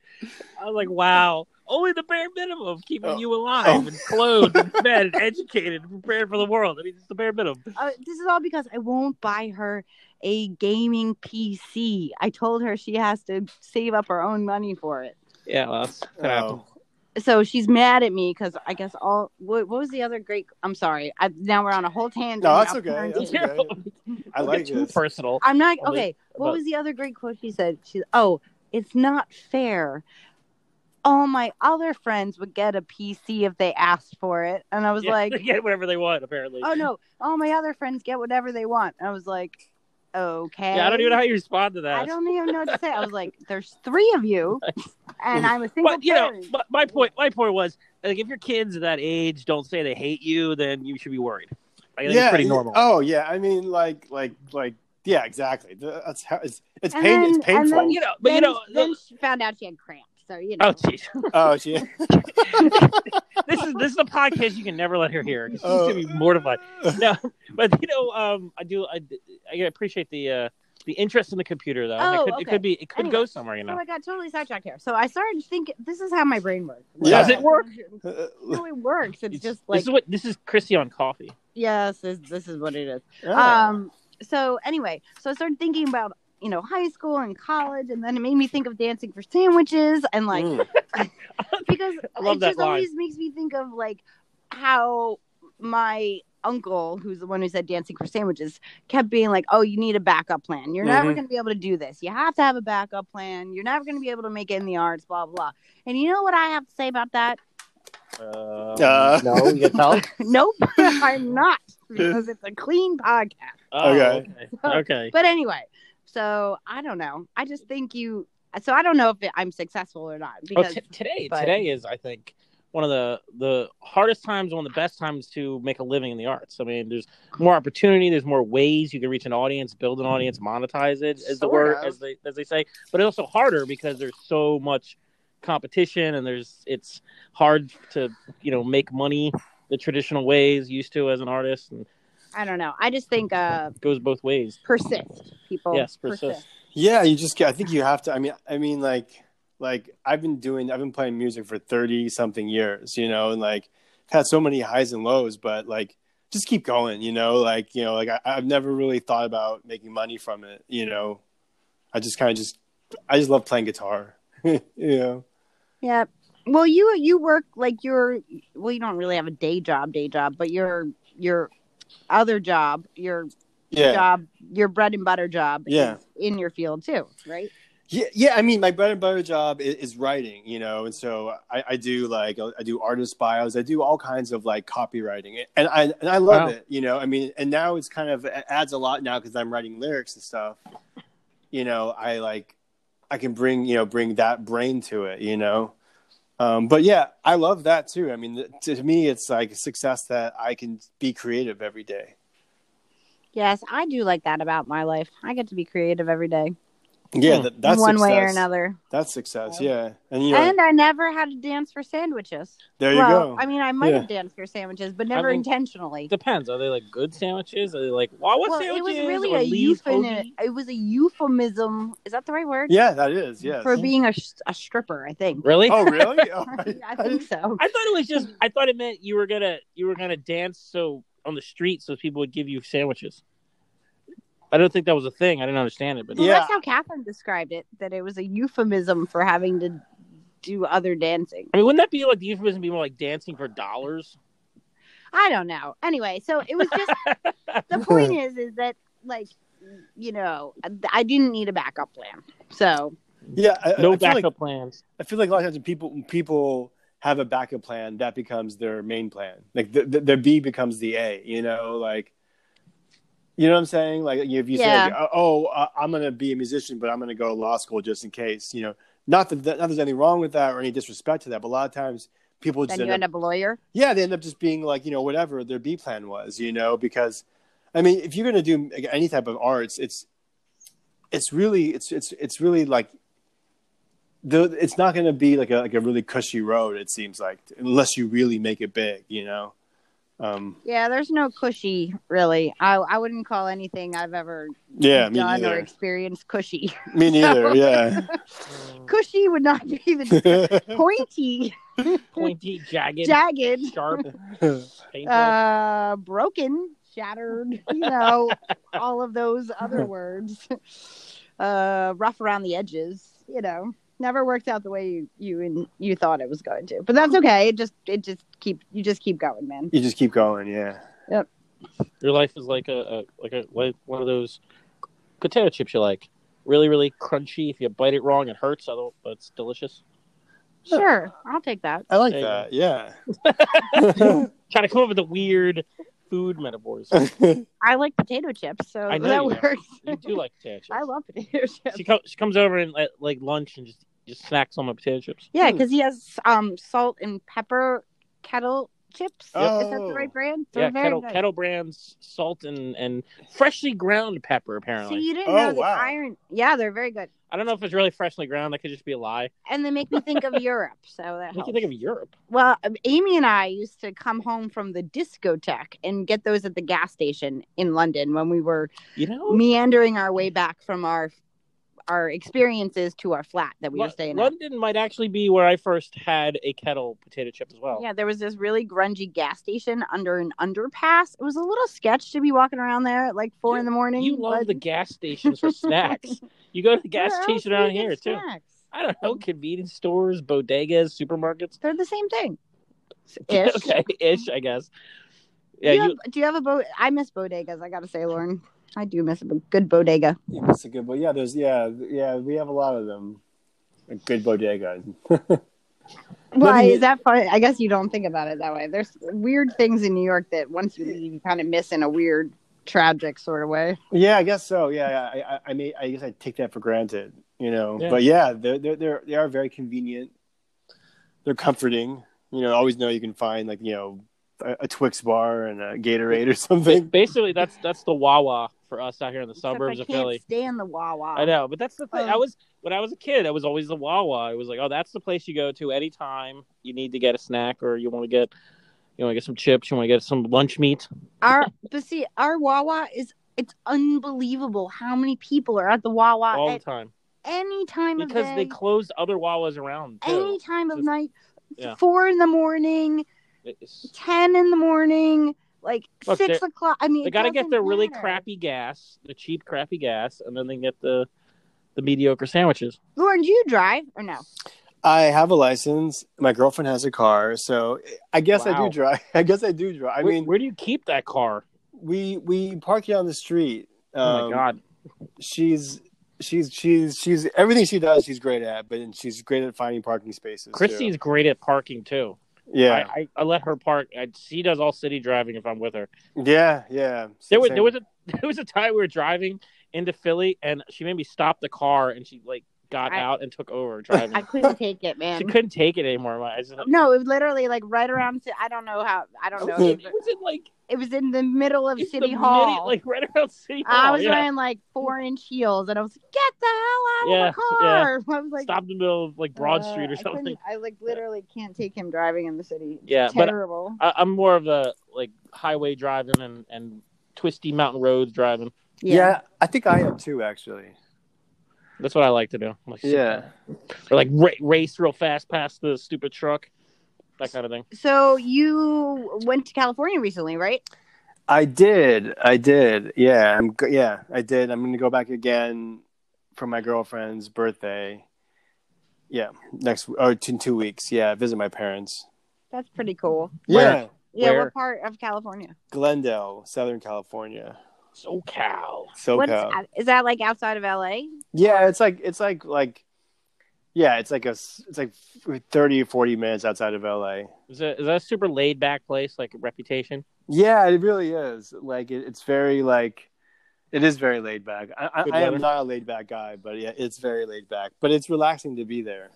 Speaker 4: I was like, wow. Only the bare minimum of keeping
Speaker 2: Oh.
Speaker 4: you alive and clothed and fed and educated and prepared for the world. I mean, it's the bare minimum.
Speaker 3: uh, this is all because I won't buy her a gaming PC. I told her she has to save up her own money for it.
Speaker 4: Yeah, well, that's gonna happen.
Speaker 2: Oh.
Speaker 3: so she's mad at me because I guess all what, what was the other great? I'm sorry. I, now we're on a whole tangent.
Speaker 2: No, that's
Speaker 3: about
Speaker 2: okay.
Speaker 3: parenting.
Speaker 2: That's okay. I
Speaker 4: Don't
Speaker 2: like
Speaker 4: get too
Speaker 2: this.
Speaker 4: personal.
Speaker 3: I'm not
Speaker 4: Only
Speaker 3: okay. What
Speaker 4: about-
Speaker 3: was the other great quote she said? She oh, it's not fair. All my other friends would get a PC if they asked for it, and I was
Speaker 4: Yeah,
Speaker 3: like,
Speaker 4: they get whatever they want. Apparently.
Speaker 3: oh no, all my other friends get whatever they want. And I was like, okay.
Speaker 4: Yeah, I don't even know how you respond to that.
Speaker 3: I don't even know what to say. I was like, there's three of you, and I'm a single
Speaker 4: But you know,
Speaker 3: parent.
Speaker 4: my, my point, my point was, like, if your kids at that age don't say they hate you, then you should be worried. Like, that's pretty
Speaker 2: y-
Speaker 4: normal.
Speaker 2: Oh yeah, I mean, like, like, like, yeah, exactly. The- That's how it's it's
Speaker 3: And
Speaker 2: pain.
Speaker 3: then-
Speaker 2: it's
Speaker 3: and
Speaker 2: painful.
Speaker 4: Well, you know, but
Speaker 3: then,
Speaker 4: you know,
Speaker 3: then she found out she had cramps. So you know.
Speaker 4: oh jeez,
Speaker 2: oh she,
Speaker 4: this is this is a podcast you can never let her hear. 'cause She's
Speaker 2: Oh.
Speaker 4: gonna be mortified. No, but you know, um, I do, I, I appreciate the uh, the interest in the computer though.
Speaker 3: Oh,
Speaker 4: it, could, it
Speaker 3: okay.
Speaker 4: could be, it could
Speaker 3: Anyway.
Speaker 4: go somewhere, you
Speaker 3: Oh,
Speaker 4: know.
Speaker 3: I got totally sidetracked here. So I started thinking. This is how my brain works.
Speaker 2: Yeah. Does
Speaker 4: it work?
Speaker 2: Uh,
Speaker 3: No, it works. It's,
Speaker 4: It's-
Speaker 3: just like
Speaker 4: this is what this is Chrissy on coffee.
Speaker 3: yes, this, this is what it is.
Speaker 2: Yeah.
Speaker 3: Um. So anyway, so I started thinking about you know high school and college, and then it made me think of dancing for sandwiches and like
Speaker 2: Mm.
Speaker 3: because
Speaker 4: I love
Speaker 3: it
Speaker 4: that
Speaker 3: just
Speaker 4: line.
Speaker 3: always makes me think of like how my uncle, who's the one who said dancing for sandwiches, kept being like, "Oh, you need a backup plan. You're never
Speaker 4: Mm-hmm.
Speaker 2: Mhm.
Speaker 3: going to be able to do this. You have to have a backup plan. You're never going to be able to make it in the arts." Blah blah. And you know what I have to say about that?
Speaker 4: Um,
Speaker 2: Uh. no,
Speaker 4: you can tell.
Speaker 3: nope, I'm not because it's a clean podcast.
Speaker 2: Okay.
Speaker 4: oh, okay. Okay.
Speaker 3: But anyway, so I don't know. I just think you. So I don't know if it, I'm successful or not
Speaker 4: Well,
Speaker 3: because
Speaker 4: t- today,
Speaker 3: but-
Speaker 4: today is, I think, one of the the hardest times, one of the best times to make a living in the arts. I mean, there's more opportunity, there's more ways you can reach an audience, build an audience, monetize it, as the
Speaker 3: Sort
Speaker 4: word
Speaker 3: of.
Speaker 4: as they as they say. But it's also harder because there's so much competition, and there's it's hard to you know make money the traditional ways used to as an artist, and
Speaker 3: I don't know. I just think uh,
Speaker 4: it goes both ways.
Speaker 3: persist, people.
Speaker 4: Yes, persist.
Speaker 2: yeah, you just. get- I think you have to. I mean, I mean, like, like I've been doing. I've been playing music for thirty something years. You know, and like had so many highs and lows, but like just keep going, you know, like, you know, like I, I've never really thought about making money from it, you know. I just kind of just, I just love playing guitar, you know.
Speaker 3: Yep. Well, you you work like your well, you don't really have a day job, day job, but your your other job, your
Speaker 2: Yeah.
Speaker 3: job, your bread and butter job, is
Speaker 2: Yeah.
Speaker 3: in your field too, right?
Speaker 2: Yeah, yeah. I mean, my bread and butter job is, is writing, you know, and so I, I do like I do artist bios, I do all kinds of like copywriting, and I and I love
Speaker 4: Wow.
Speaker 2: it, you know. I mean, and now it's kind of it adds a lot now because I'm writing lyrics and stuff. You know, I like I can bring you know bring that brain to it, you know. Um, but yeah, I love that too. I mean, th- to me, it's like success that I can be creative every day.
Speaker 3: Yes, I do like that about my life. I get to be creative every day,
Speaker 2: Yeah,
Speaker 4: Hmm.
Speaker 2: that, that's
Speaker 3: one way or
Speaker 2: success.
Speaker 3: another.
Speaker 2: That's success. Yeah, and you know,
Speaker 3: And I never had to dance for sandwiches.
Speaker 2: there you
Speaker 3: well,
Speaker 2: go.
Speaker 3: I mean, I might
Speaker 2: Yeah.
Speaker 3: have danced for sandwiches, but never
Speaker 4: mean,
Speaker 3: intentionally.
Speaker 4: Depends. Are they like good sandwiches? Are they like Wawa
Speaker 3: well, it
Speaker 4: sandwiches?
Speaker 3: was really
Speaker 4: or
Speaker 3: a
Speaker 4: Lee's
Speaker 3: euphemism. It was a euphemism. Is that the right word?
Speaker 2: yeah, that is. Yes.
Speaker 3: For being a, sh- a stripper, I think.
Speaker 4: hoagie? Really?
Speaker 2: oh really? Oh,
Speaker 3: I think so.
Speaker 4: I thought it was just. I thought it meant you were gonna you were gonna dance so on the street so people would give you sandwiches. I don't think that was a thing. I didn't understand it, but
Speaker 3: Well,
Speaker 2: Yeah.
Speaker 3: that's how Catherine described it. That it was a euphemism for having to do other dancing.
Speaker 4: I mean, wouldn't that be like the euphemism be more like dancing for dollars?
Speaker 3: I don't know. Anyway, so it was just the point is is that like you know I didn't need a backup plan. So
Speaker 2: yeah. I, I
Speaker 4: No
Speaker 2: feel
Speaker 4: backup
Speaker 2: Like,
Speaker 4: plans.
Speaker 2: I feel like a lot of times people people have a backup plan that becomes their main plan. Like the, the, the B becomes the A. You know, like. You know what I'm saying? Like if you say, like, "Oh, uh, I'm gonna be a musician, but I'm gonna go to law school just in case," you know, not that, that not there's anything wrong with that or any disrespect to that, but a lot of times people just
Speaker 3: then you
Speaker 2: end up
Speaker 3: end up a lawyer.
Speaker 2: yeah, they end up just being like, you know, whatever their B plan was, you know, because I mean, if you're going to do like, any type of arts, it's, it's really, it's, it's, it's really like, the, it's not going to be like a, like a really cushy road. It seems like unless you really make it big, you know? Um,
Speaker 3: Yeah, there's no cushy really. I I wouldn't call anything I've ever
Speaker 2: yeah, me
Speaker 3: done or
Speaker 2: neither.
Speaker 3: experienced cushy.
Speaker 2: Me neither. Yeah.
Speaker 3: cushy would not be the pointy,
Speaker 4: Pointy, jagged,
Speaker 3: jagged,
Speaker 4: sharp, painful.
Speaker 3: uh, broken, shattered. You know, all of those other words. Uh, rough around the edges. You know, never worked out the way you you and you thought it was going to. But that's okay. It just it just keep you just keep going, man.
Speaker 2: you just keep going. Yeah.
Speaker 4: Your life is like a, a like a like one of those potato chips you like. Really, really crunchy. If you bite it wrong, it hurts. Other, but it's delicious.
Speaker 3: Sure, I'll take that.
Speaker 2: I like
Speaker 4: There you
Speaker 2: that.
Speaker 4: Trying to come up with a weird food metaphors.
Speaker 2: Yeah.
Speaker 3: I like potato chips, so
Speaker 4: I know
Speaker 3: that
Speaker 4: you do.
Speaker 3: works.
Speaker 4: you do like potato chips.
Speaker 3: I love potato chips.
Speaker 4: She, co- she comes over and at, like lunch and just just snacks on my potato chips.
Speaker 3: Yeah,
Speaker 2: Hmm.
Speaker 3: because he has um salt and pepper kettle chips. Is that
Speaker 2: Oh.
Speaker 3: the right brand?
Speaker 4: yeah, kettle kettle brands, salt and and freshly ground pepper.
Speaker 3: So
Speaker 4: Apparently,
Speaker 3: you didn't
Speaker 2: Oh,
Speaker 3: know the
Speaker 2: wow.
Speaker 3: iron. Yeah, they're very good,
Speaker 4: I don't know if it's really freshly ground. That could just be a lie.
Speaker 3: and they make me think of Europe. So that
Speaker 4: Make
Speaker 3: helps.
Speaker 4: you think of Europe.
Speaker 3: well, um, Amy and I used to come home from the discotheque and get those at the gas station in London when we were
Speaker 4: You know,
Speaker 3: meandering our way back from our our experiences to our flat that we were
Speaker 4: Lo-
Speaker 3: staying at.
Speaker 4: London might actually be where I first had a kettle potato chip as well.
Speaker 3: Yeah, there was this really grungy gas station under an underpass. It was a little sketch to be walking around there at like four in the morning.
Speaker 4: You love
Speaker 3: but-
Speaker 4: the gas stations for snacks. You go to the gas
Speaker 3: Where else
Speaker 4: station
Speaker 3: do you
Speaker 4: around
Speaker 3: get
Speaker 4: here too.
Speaker 3: snacks?
Speaker 4: I don't know, convenience stores, bodegas, supermarkets.
Speaker 3: They're the same thing. Ish.
Speaker 4: okay, ish, I guess. Yeah,
Speaker 3: do, you
Speaker 4: you,
Speaker 3: have, do you have a bo? I miss bodegas. I gotta say, Lauren, I do miss a bo- good bodega.
Speaker 2: yeah. That's a good one. Yeah. There's, yeah. Yeah. We have a lot of them. A good bodega.
Speaker 3: Why
Speaker 2: you-
Speaker 3: is that fun? I guess you don't think about it that way. There's weird things in New York that once you leave, you kind of miss in a weird, tragic sort of way.
Speaker 2: Yeah, I guess so. Yeah, yeah. I, I, I mean, I guess I take that for granted, you know.
Speaker 4: Yeah.
Speaker 2: But yeah, they're, they're they're they are very convenient. They're comforting. You know, always know you can find like you know a, a Twix bar and a Gatorade or
Speaker 4: ba-
Speaker 2: something.
Speaker 4: basically that's that's the Wawa for us out here in the
Speaker 3: Except
Speaker 4: suburbs
Speaker 3: I
Speaker 4: of
Speaker 3: can't
Speaker 4: Philly.
Speaker 3: Stand the Wawa.
Speaker 4: I know, but that's the thing.
Speaker 3: Um,
Speaker 4: I was when I was a kid, I was always the Wawa. I was like, oh, that's the place you go to anytime you need to get a snack or you want to get you want to get some chips, you want to get some lunch meat.
Speaker 3: Our but see, our Wawa is it's unbelievable how many people are at the Wawa
Speaker 4: all the
Speaker 3: Uh, at
Speaker 4: time
Speaker 3: any time of
Speaker 4: because
Speaker 3: day,
Speaker 4: they closed other Wawas around
Speaker 3: any
Speaker 4: too.
Speaker 3: time of
Speaker 4: Just-
Speaker 3: night,
Speaker 4: yeah.
Speaker 3: four in the morning,
Speaker 4: It's-
Speaker 3: ten in the morning. like
Speaker 4: Look,
Speaker 3: six
Speaker 4: they're-
Speaker 3: o'clock. I mean,
Speaker 4: They
Speaker 3: it
Speaker 4: got to get
Speaker 3: doesn't
Speaker 4: their really
Speaker 3: matter.
Speaker 4: crappy gas, the cheap crappy gas, and then they get the the mediocre sandwiches.
Speaker 3: Lauren, do you drive or no?
Speaker 2: I have a license. My girlfriend has a car, so I guess I
Speaker 4: Wow.
Speaker 2: do drive. I guess I do drive. I
Speaker 4: where,
Speaker 2: mean,
Speaker 4: where do you keep that car?
Speaker 2: we we park it on the street.
Speaker 4: oh
Speaker 2: Um,
Speaker 4: my god!
Speaker 2: she's she's she's she's everything she does. She's great at, but and she's great at finding parking spaces. too.
Speaker 4: Christy's great at parking too.
Speaker 2: yeah,
Speaker 4: I, I, I let her park. I, she does all city driving if I'm with her.
Speaker 2: yeah, yeah.
Speaker 4: There was
Speaker 2: Same-
Speaker 4: there was a there was a time we were driving into Philly, and she made me stop the car, and she like got
Speaker 3: I-
Speaker 4: out and took over driving.
Speaker 3: I couldn't take it,
Speaker 4: she
Speaker 3: man.
Speaker 4: couldn't take it anymore. I just,
Speaker 3: No, it was literally like right around. ci- I don't know how. I don't know.
Speaker 4: it
Speaker 3: It,
Speaker 4: was in like
Speaker 3: it was in the middle of
Speaker 4: it's the
Speaker 3: City
Speaker 4: midi-
Speaker 3: Hall.
Speaker 4: like right around City Hall.
Speaker 3: I was
Speaker 4: yeah.
Speaker 3: wearing like four inch heels, and I was like, "Get the hell out of the
Speaker 4: Yeah, yeah.
Speaker 3: car!" I was like,
Speaker 4: Stop in the middle of like Broad
Speaker 3: uh,
Speaker 4: Street or
Speaker 3: I couldn't-
Speaker 4: something.
Speaker 3: I, like literally can't take him driving in the city.
Speaker 4: Yeah, but-
Speaker 3: terrible.
Speaker 4: I, I'm more of a like highway driving and and twisty mountain roads driving.
Speaker 2: yeah. I think I am too, actually.
Speaker 4: That's what I like to do. I'm like,
Speaker 2: Yeah,
Speaker 4: or like ra- race real fast past the stupid truck, that kind of thing.
Speaker 3: So you went to California recently, right?
Speaker 2: I did. I did. Yeah, I'm. go- Yeah, I did. I'm going to go back again for my girlfriend's birthday. Yeah, next or in two weeks. Yeah, visit my parents.
Speaker 3: That's pretty cool.
Speaker 4: Where?
Speaker 2: Yeah,
Speaker 3: Yeah,
Speaker 4: Where?
Speaker 3: what part of California?
Speaker 2: Glendale, Southern California,
Speaker 4: SoCal.
Speaker 2: SoCal.
Speaker 3: What's uh, is that like outside of LA?
Speaker 2: Yeah, it's like it's like like yeah, it's like a s- it's like 30 40 minutes outside of LA.
Speaker 4: Is that, is that a super laid back place like Reputation?
Speaker 2: Yeah, it really is. Like it, it's very like it is very laid back. I, I,
Speaker 4: Good
Speaker 2: I am
Speaker 4: weather.
Speaker 2: not a laid back guy, but yeah, it's very laid back. But it's relaxing to be there.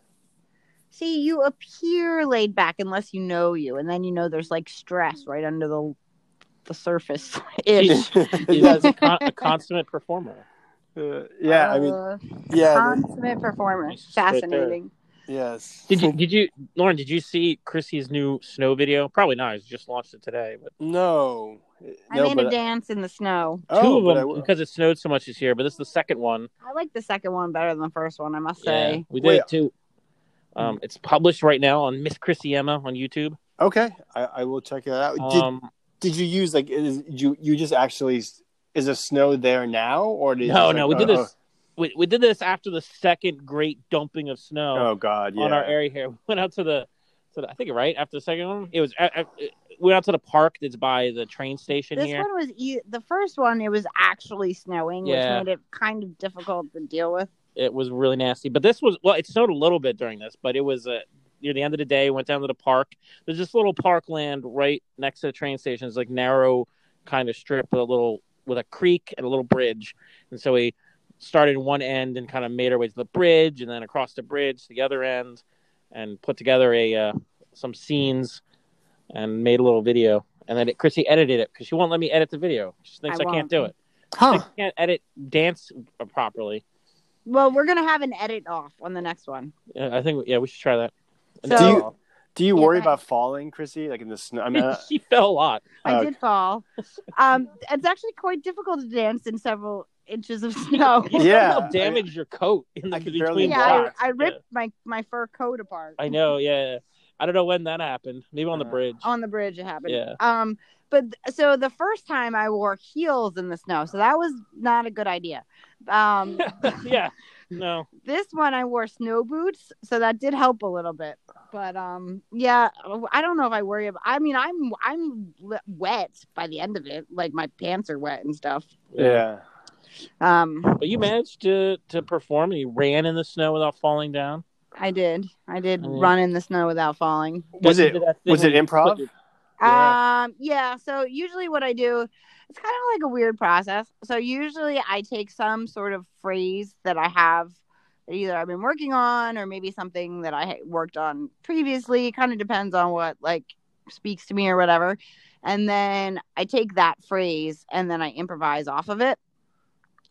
Speaker 3: See, you appear laid back unless you know you, and then you know there's like stress right under the the surface. Ish.
Speaker 2: It
Speaker 4: Is
Speaker 2: does.
Speaker 4: a, con- a consummate performer.
Speaker 2: Uh, yeah, I mean,
Speaker 3: Uh,
Speaker 2: yeah, the-
Speaker 3: consummate performer.
Speaker 4: Nice right there.
Speaker 3: Fascinating.
Speaker 2: yes.
Speaker 4: Did you, did you, Lauren? Did you see Chrissy's new snow video? Probably not. She just launched it today. But
Speaker 2: No,
Speaker 3: I
Speaker 2: no,
Speaker 3: made
Speaker 2: but
Speaker 3: a dance in the snow.
Speaker 2: oh,
Speaker 4: two of
Speaker 2: but I
Speaker 4: them
Speaker 2: will.
Speaker 4: because it snowed so much this year. But this is the second one.
Speaker 3: I like the second one better than the first one, I must
Speaker 4: Yeah,
Speaker 3: say.
Speaker 4: we did
Speaker 2: Wait.
Speaker 4: it too. Um, it's published right now on Miss Chrissy Emma on YouTube.
Speaker 2: Okay, I, I will check it out. Did,
Speaker 4: Um,
Speaker 2: did you use like is you you just actually is the snow there now or did
Speaker 4: no,
Speaker 2: you just,
Speaker 4: no, we
Speaker 2: like,
Speaker 4: did
Speaker 2: oh,
Speaker 4: this. We, we did this after the second great dumping of snow.
Speaker 2: Oh, oh God, yeah.
Speaker 4: on our area here. We went out to the, to the I think right after the second one, it was I, I, we went out to the park that's by the train station
Speaker 3: This
Speaker 4: here.
Speaker 3: one was e- the first one. It was actually snowing,
Speaker 4: Yeah.
Speaker 3: which made it kind of difficult to deal with.
Speaker 4: It was really nasty, but this was well, it snowed a little bit during this, but it was uh, near the end of the day. Went down to the park. There's this little parkland right next to the train station. It's like narrow kind of strip with a little with a creek and a little bridge, and so we started in one end and kind of made our way to the bridge and then across the bridge to the other end and put together a uh, some scenes and made a little video and then it, Chrissy edited it because she won't let me edit the video. She thinks
Speaker 3: I
Speaker 4: I, can't
Speaker 3: won't.
Speaker 4: do it.
Speaker 2: Huh.
Speaker 4: I can't edit dance properly.
Speaker 3: Well, we're gonna have an edit off on the next one.
Speaker 4: Yeah, I think yeah, we should try that.
Speaker 3: So-
Speaker 2: do you do you
Speaker 3: Yeah,
Speaker 2: worry
Speaker 3: go ahead.
Speaker 2: about falling, Chrissy? Like in the snow? I mean, uh,
Speaker 4: she fell a lot.
Speaker 2: Oh.
Speaker 3: I did fall. Um, it's actually quite difficult to dance in several inches of snow.
Speaker 4: You
Speaker 2: Yeah,
Speaker 4: somehow
Speaker 2: I-
Speaker 4: damaged your coat in the
Speaker 2: I could
Speaker 4: between
Speaker 2: barely
Speaker 3: yeah,
Speaker 4: blocks.
Speaker 3: I, I ripped my my fur coat apart.
Speaker 4: Yeah, I know. Yeah, I don't know when that happened. Maybe on the
Speaker 2: Uh,
Speaker 4: bridge.
Speaker 3: on the bridge it happened.
Speaker 4: Yeah.
Speaker 3: Um, but th- so the first time I wore heels in the snow, so that was not a good idea. Um,
Speaker 4: yeah. No.
Speaker 3: this one I wore snow boots, so that did help a little bit. But um, yeah, I don't know if I worry about. I mean, I'm I'm li- wet by the end of it. Like my pants are wet and stuff.
Speaker 2: yeah.
Speaker 3: Um,
Speaker 4: But you managed to to perform. and You ran in the snow without falling down.
Speaker 3: I did. I did
Speaker 4: I mean-
Speaker 3: run in the snow without falling.
Speaker 2: Was
Speaker 4: Then
Speaker 2: it
Speaker 4: you did that thing
Speaker 2: was
Speaker 4: where
Speaker 2: it
Speaker 4: you put
Speaker 2: improv?
Speaker 4: your-
Speaker 3: Um, yeah. So usually what I do, it's kind of like a weird process. So usually I take some sort of phrase that I have that either I've been working on or maybe something that I had worked on previously. Kind of depends on what like speaks to me or whatever. And then I take that phrase and then I improvise off of it.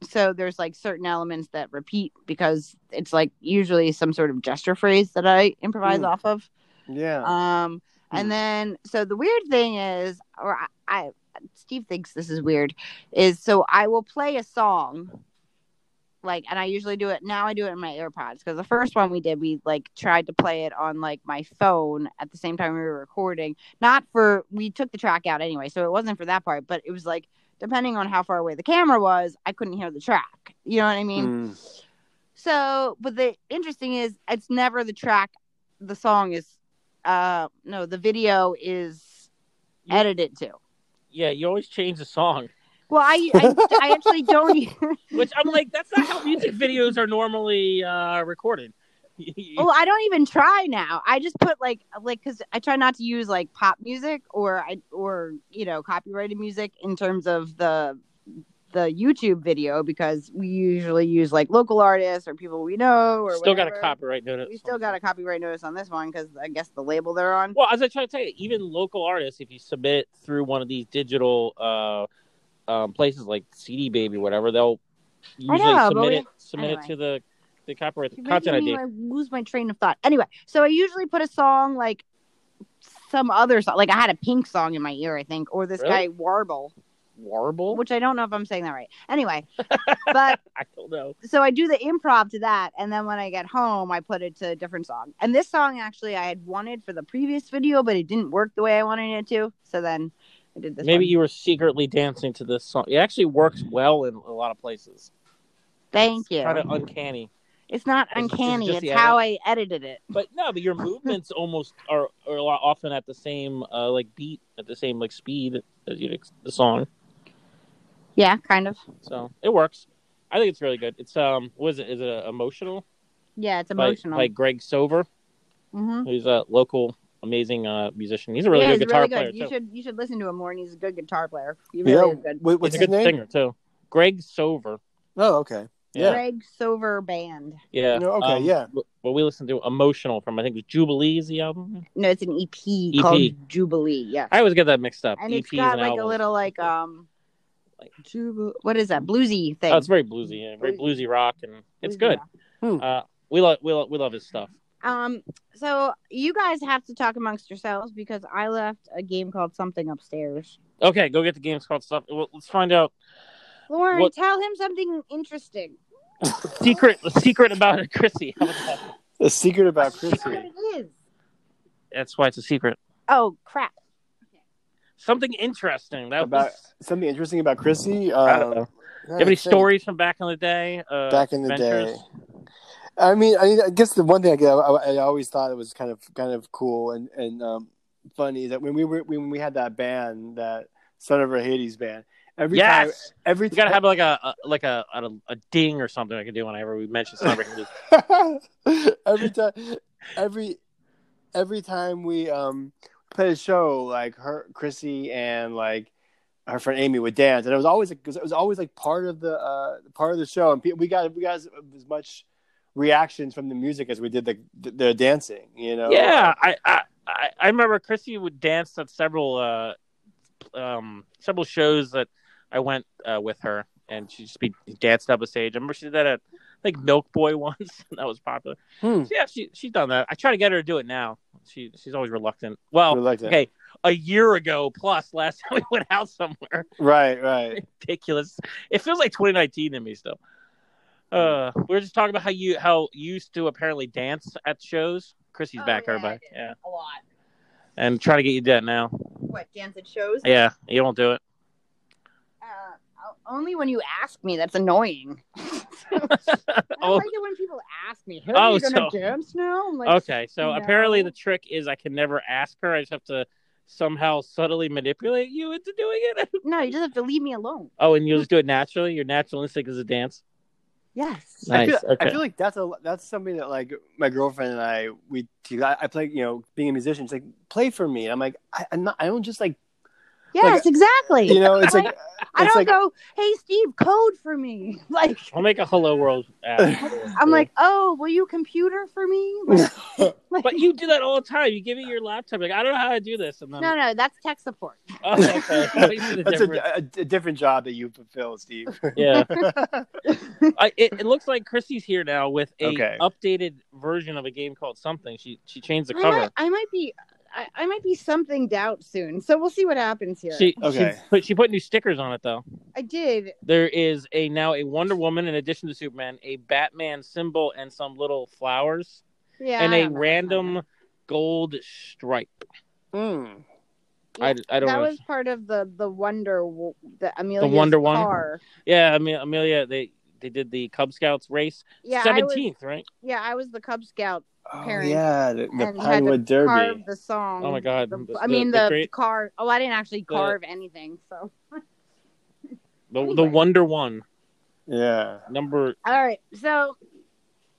Speaker 3: So there's like certain elements that repeat because it's like usually some sort of gesture phrase that I improvise
Speaker 2: Hmm.
Speaker 3: off of.
Speaker 2: Yeah.
Speaker 3: Um,
Speaker 2: Hmm.
Speaker 3: and then so the weird thing is, or I, I Steve thinks this is weird, is so I will play a song like and i usually do it now i do it in my airpods because the first one we did we like tried to play it on like my phone at the same time we were recording not for we took the track out anyway so it wasn't for that part but it was like depending on how far away the camera was i couldn't hear the track you know what i mean
Speaker 2: Mm.
Speaker 3: so but the interesting is it's never the track the song is uh no the video is
Speaker 4: Yeah.
Speaker 3: edited to
Speaker 4: Yeah, you always change the song,
Speaker 3: well i i, I actually don't e-,
Speaker 4: which I'm like, that's not how music videos are normally uh, recorded.
Speaker 3: Well, I don't even try now. I just put like like because I try not to use like pop music or I or you know copyrighted music in terms of the the YouTube video because we usually use like local artists or people we know or
Speaker 4: Still got
Speaker 3: whatever.
Speaker 4: a copyright notice.
Speaker 3: We still got a copyright notice on this one because I guess the label they're on.
Speaker 4: Well, as I try to tell you, even local artists, if you submit through one of these digital uh, um, places like CD Baby, whatever, they'll usually
Speaker 3: know, but
Speaker 4: submit
Speaker 3: we-
Speaker 4: it submit
Speaker 3: anyway.
Speaker 4: it to the the copyright the
Speaker 3: You're
Speaker 4: content
Speaker 3: making
Speaker 4: ID.
Speaker 3: me like, lose my train of thought. Anyway, so I usually put a song like some other song. Like I had a Pink song in my ear, I think, or this guy
Speaker 4: Really?
Speaker 3: Warble,
Speaker 4: Warble?
Speaker 3: which I don't know if I'm saying that right. Anyway, but
Speaker 4: I don't know.
Speaker 3: so I do the improv to that, and then when I get home, I put it to a different song. And this song actually I had wanted for the previous video, but it didn't work the way I wanted it to. So then I did this.
Speaker 4: Maybe
Speaker 3: one.
Speaker 4: you were secretly dancing to this song. It actually works well in a lot of places.
Speaker 3: Thank you.
Speaker 4: Kind of uncanny,
Speaker 3: It's not
Speaker 4: Is- is it
Speaker 3: uncanny.
Speaker 4: just
Speaker 3: It's
Speaker 4: the
Speaker 3: how I edited it.
Speaker 4: but no, but your movements almost are, are a lot often at the same uh, like beat, at the same like speed as you the song.
Speaker 3: Yeah, kind of.
Speaker 4: So it works. I think it's really good. It's um, was it? Is it uh, emotional?
Speaker 3: Yeah, it's
Speaker 4: By-
Speaker 3: emotional.
Speaker 4: By, Greg Sover,
Speaker 3: hmm
Speaker 4: who's a local amazing uh, musician. He's a really
Speaker 3: yeah,
Speaker 4: good
Speaker 3: he's
Speaker 4: guitar
Speaker 3: really
Speaker 4: player
Speaker 3: good. You
Speaker 4: too.
Speaker 3: should you should listen to him more. And he's a good guitar player. He really
Speaker 2: Yeah.
Speaker 3: is good.
Speaker 2: Wait, what's
Speaker 4: He's a
Speaker 2: his
Speaker 4: good
Speaker 2: name?
Speaker 4: singer too. Greg Sover.
Speaker 2: Oh, okay. Yeah.
Speaker 3: Greg Silver Band.
Speaker 4: Yeah.
Speaker 2: No, okay,
Speaker 4: Um,
Speaker 2: yeah.
Speaker 4: Well, we listened to "Emotional" from I think it was Jubilee's the album.
Speaker 3: No, it's an EP,
Speaker 4: EP.
Speaker 3: called Jubilee. Yeah,
Speaker 4: E I always get that mixed up.
Speaker 3: and
Speaker 4: EPs
Speaker 3: it's got
Speaker 4: and
Speaker 3: like a
Speaker 4: albums.
Speaker 3: little like um,
Speaker 4: Like-
Speaker 3: Jubil- what is that bluesy thing?
Speaker 4: Oh, it's very bluesy, yeah, very bluesy rock, and it's
Speaker 3: Bluesy
Speaker 4: good.
Speaker 3: rock.
Speaker 4: Uh, we love we love we love his stuff.
Speaker 3: Um, so you guys have to talk amongst yourselves because I left a game called Something Upstairs.
Speaker 4: Okay, go get the game's called stuff. Well, let's find out
Speaker 3: Lauren,
Speaker 4: What-
Speaker 3: tell him something interesting.
Speaker 4: secret the secret about it, Chrissy. How about that?
Speaker 2: The secret about
Speaker 3: What
Speaker 2: Chrissy.
Speaker 3: it is?
Speaker 4: That's why it's a secret.
Speaker 3: Oh crap!
Speaker 4: Something interesting. That
Speaker 2: About
Speaker 4: was.
Speaker 2: something interesting about Chrissy.
Speaker 4: I don't know.
Speaker 2: Um,
Speaker 4: You have any
Speaker 2: think
Speaker 4: stories from back in the day? Uh,
Speaker 2: back in the
Speaker 4: adventures?
Speaker 2: day? I mean, I, I guess the one thing I, get- I, I always thought it was kind of kind of cool and and um, funny that when we were when we had that band that Son of a Hades band every time
Speaker 4: yes,
Speaker 2: every
Speaker 4: you gotta
Speaker 2: time
Speaker 4: have like a, a like a, a a ding or something I can do whenever we mention something.
Speaker 2: every time every every time we um played a show like her Chrissy and like her friend Amy would dance and it was always like 'cause it was always like part of the uh part of the show and pe- we got we got as, as much reactions from the music as we did the the, the dancing you know
Speaker 4: yeah, I, I I I remember Chrissy would dance at several uh um several shows that I went uh, with her, and she'd just be danced up a stage. I remember she did that at like Milk Boy once, and that was popular.
Speaker 2: Hmm.
Speaker 4: So, yeah, she she's done that. I try to get her to do it now. She she's always reluctant. Well,
Speaker 2: We liked it.
Speaker 4: okay, a year ago plus last time we went out somewhere.
Speaker 2: Right, right.
Speaker 4: ridiculous. It feels like 2019 to me still. Uh, we were just talking about how you how you used to apparently dance at shows. Chrissy's
Speaker 3: Oh,
Speaker 4: back,
Speaker 3: yeah, I
Speaker 4: everybody.
Speaker 3: did.
Speaker 4: Yeah,
Speaker 3: A lot.
Speaker 4: and trying to get you to do that now.
Speaker 3: What dance at shows?
Speaker 4: Yeah, you won't do it.
Speaker 3: Uh, only when you ask me. That's annoying. I don't
Speaker 4: Oh,
Speaker 3: like it when people ask me, "Hey,
Speaker 4: Oh,
Speaker 3: you gonna
Speaker 4: so-
Speaker 3: dance now?" I'm like,
Speaker 4: okay. So
Speaker 3: no.
Speaker 4: apparently the trick is I can never ask her. I just have to somehow subtly manipulate you into doing it.
Speaker 3: No, you just have to leave me alone.
Speaker 4: oh, and you'll just do it naturally. Your natural instinct is to dance.
Speaker 3: Yes.
Speaker 4: Nice.
Speaker 2: I feel,
Speaker 4: okay.
Speaker 2: I feel like that's a that's something that like my girlfriend and I we I, I play you know being a musician. She's like play for me. And I'm like I, I'm not. I don't just like
Speaker 3: Yes, exactly.
Speaker 2: you know. It's like
Speaker 3: I
Speaker 2: it's like-
Speaker 3: don't go, "Hey, Steve, code for me." Like
Speaker 4: I'll make a Hello World app.
Speaker 3: I'm like, "Oh, will you computer for me?" Like,
Speaker 4: but you do that all the time. You give me your laptop. Like I don't know how to do this, and then
Speaker 3: no, no, that's tech support.
Speaker 4: Oh, okay. Makes it
Speaker 2: that's
Speaker 4: different.
Speaker 2: a, a- a different job that you fulfill, Steve.
Speaker 4: yeah. I, it, it looks like Christy's here now with a
Speaker 2: Okay.
Speaker 4: updated version of a game called something. She she changed the
Speaker 3: I
Speaker 4: cover.
Speaker 3: might, I might be, I, I might be something doubt soon. So we'll see what happens here.
Speaker 4: She
Speaker 2: Okay.
Speaker 4: she put she put new stickers on it though.
Speaker 3: I did.
Speaker 4: There is a now a Wonder Woman in addition to Superman, a Batman symbol and some little flowers,
Speaker 3: Yeah.
Speaker 4: and
Speaker 3: I
Speaker 4: a
Speaker 3: don't know.
Speaker 4: random gold stripe.
Speaker 3: Hmm.
Speaker 2: Mm.
Speaker 4: I, I don't
Speaker 3: that
Speaker 4: know.
Speaker 3: was part of the the wonder w- the Amelia's
Speaker 4: Wonder Woman?
Speaker 3: car.
Speaker 4: Yeah, Ame- Amelia, they they did the Cub Scouts race.
Speaker 3: Yeah, I was-
Speaker 4: Seventeenth, right?
Speaker 3: yeah, I was the Cub Scout
Speaker 2: Oh,
Speaker 3: Parents
Speaker 2: yeah, the, the
Speaker 3: and had to
Speaker 2: Pinewood Derby.
Speaker 3: carve the song.
Speaker 4: Oh my god!
Speaker 3: The-
Speaker 4: The-
Speaker 3: I mean the,
Speaker 4: the great-
Speaker 3: car. Oh, I didn't actually
Speaker 4: the-
Speaker 3: carve anything. So
Speaker 4: the, the
Speaker 3: anyway.
Speaker 4: Wonder One
Speaker 2: Yeah.
Speaker 4: number.
Speaker 3: all right, so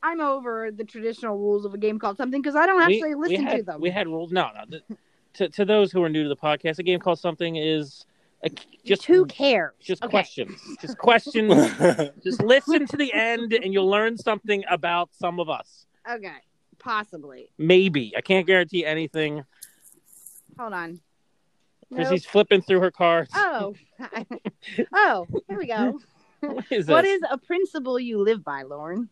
Speaker 3: I'm over the traditional rules of a game called something because I don't
Speaker 4: we-
Speaker 3: actually
Speaker 4: we
Speaker 3: listen
Speaker 4: had-
Speaker 3: to them.
Speaker 4: We had rules. No, no. the- to to those who are new to the podcast, a game called something is a, just
Speaker 3: who cares?
Speaker 4: just
Speaker 3: Okay.
Speaker 4: questions, just questions. just listen to the end, and you'll learn something about some of us.
Speaker 3: Okay, possibly.
Speaker 4: Maybe I can't guarantee anything.
Speaker 3: Hold on.
Speaker 4: Chrissy's
Speaker 3: Nope.
Speaker 4: flipping through her cards.
Speaker 3: Oh, oh, here we go.
Speaker 4: what is this?
Speaker 3: What is a principle you live by, Lauren?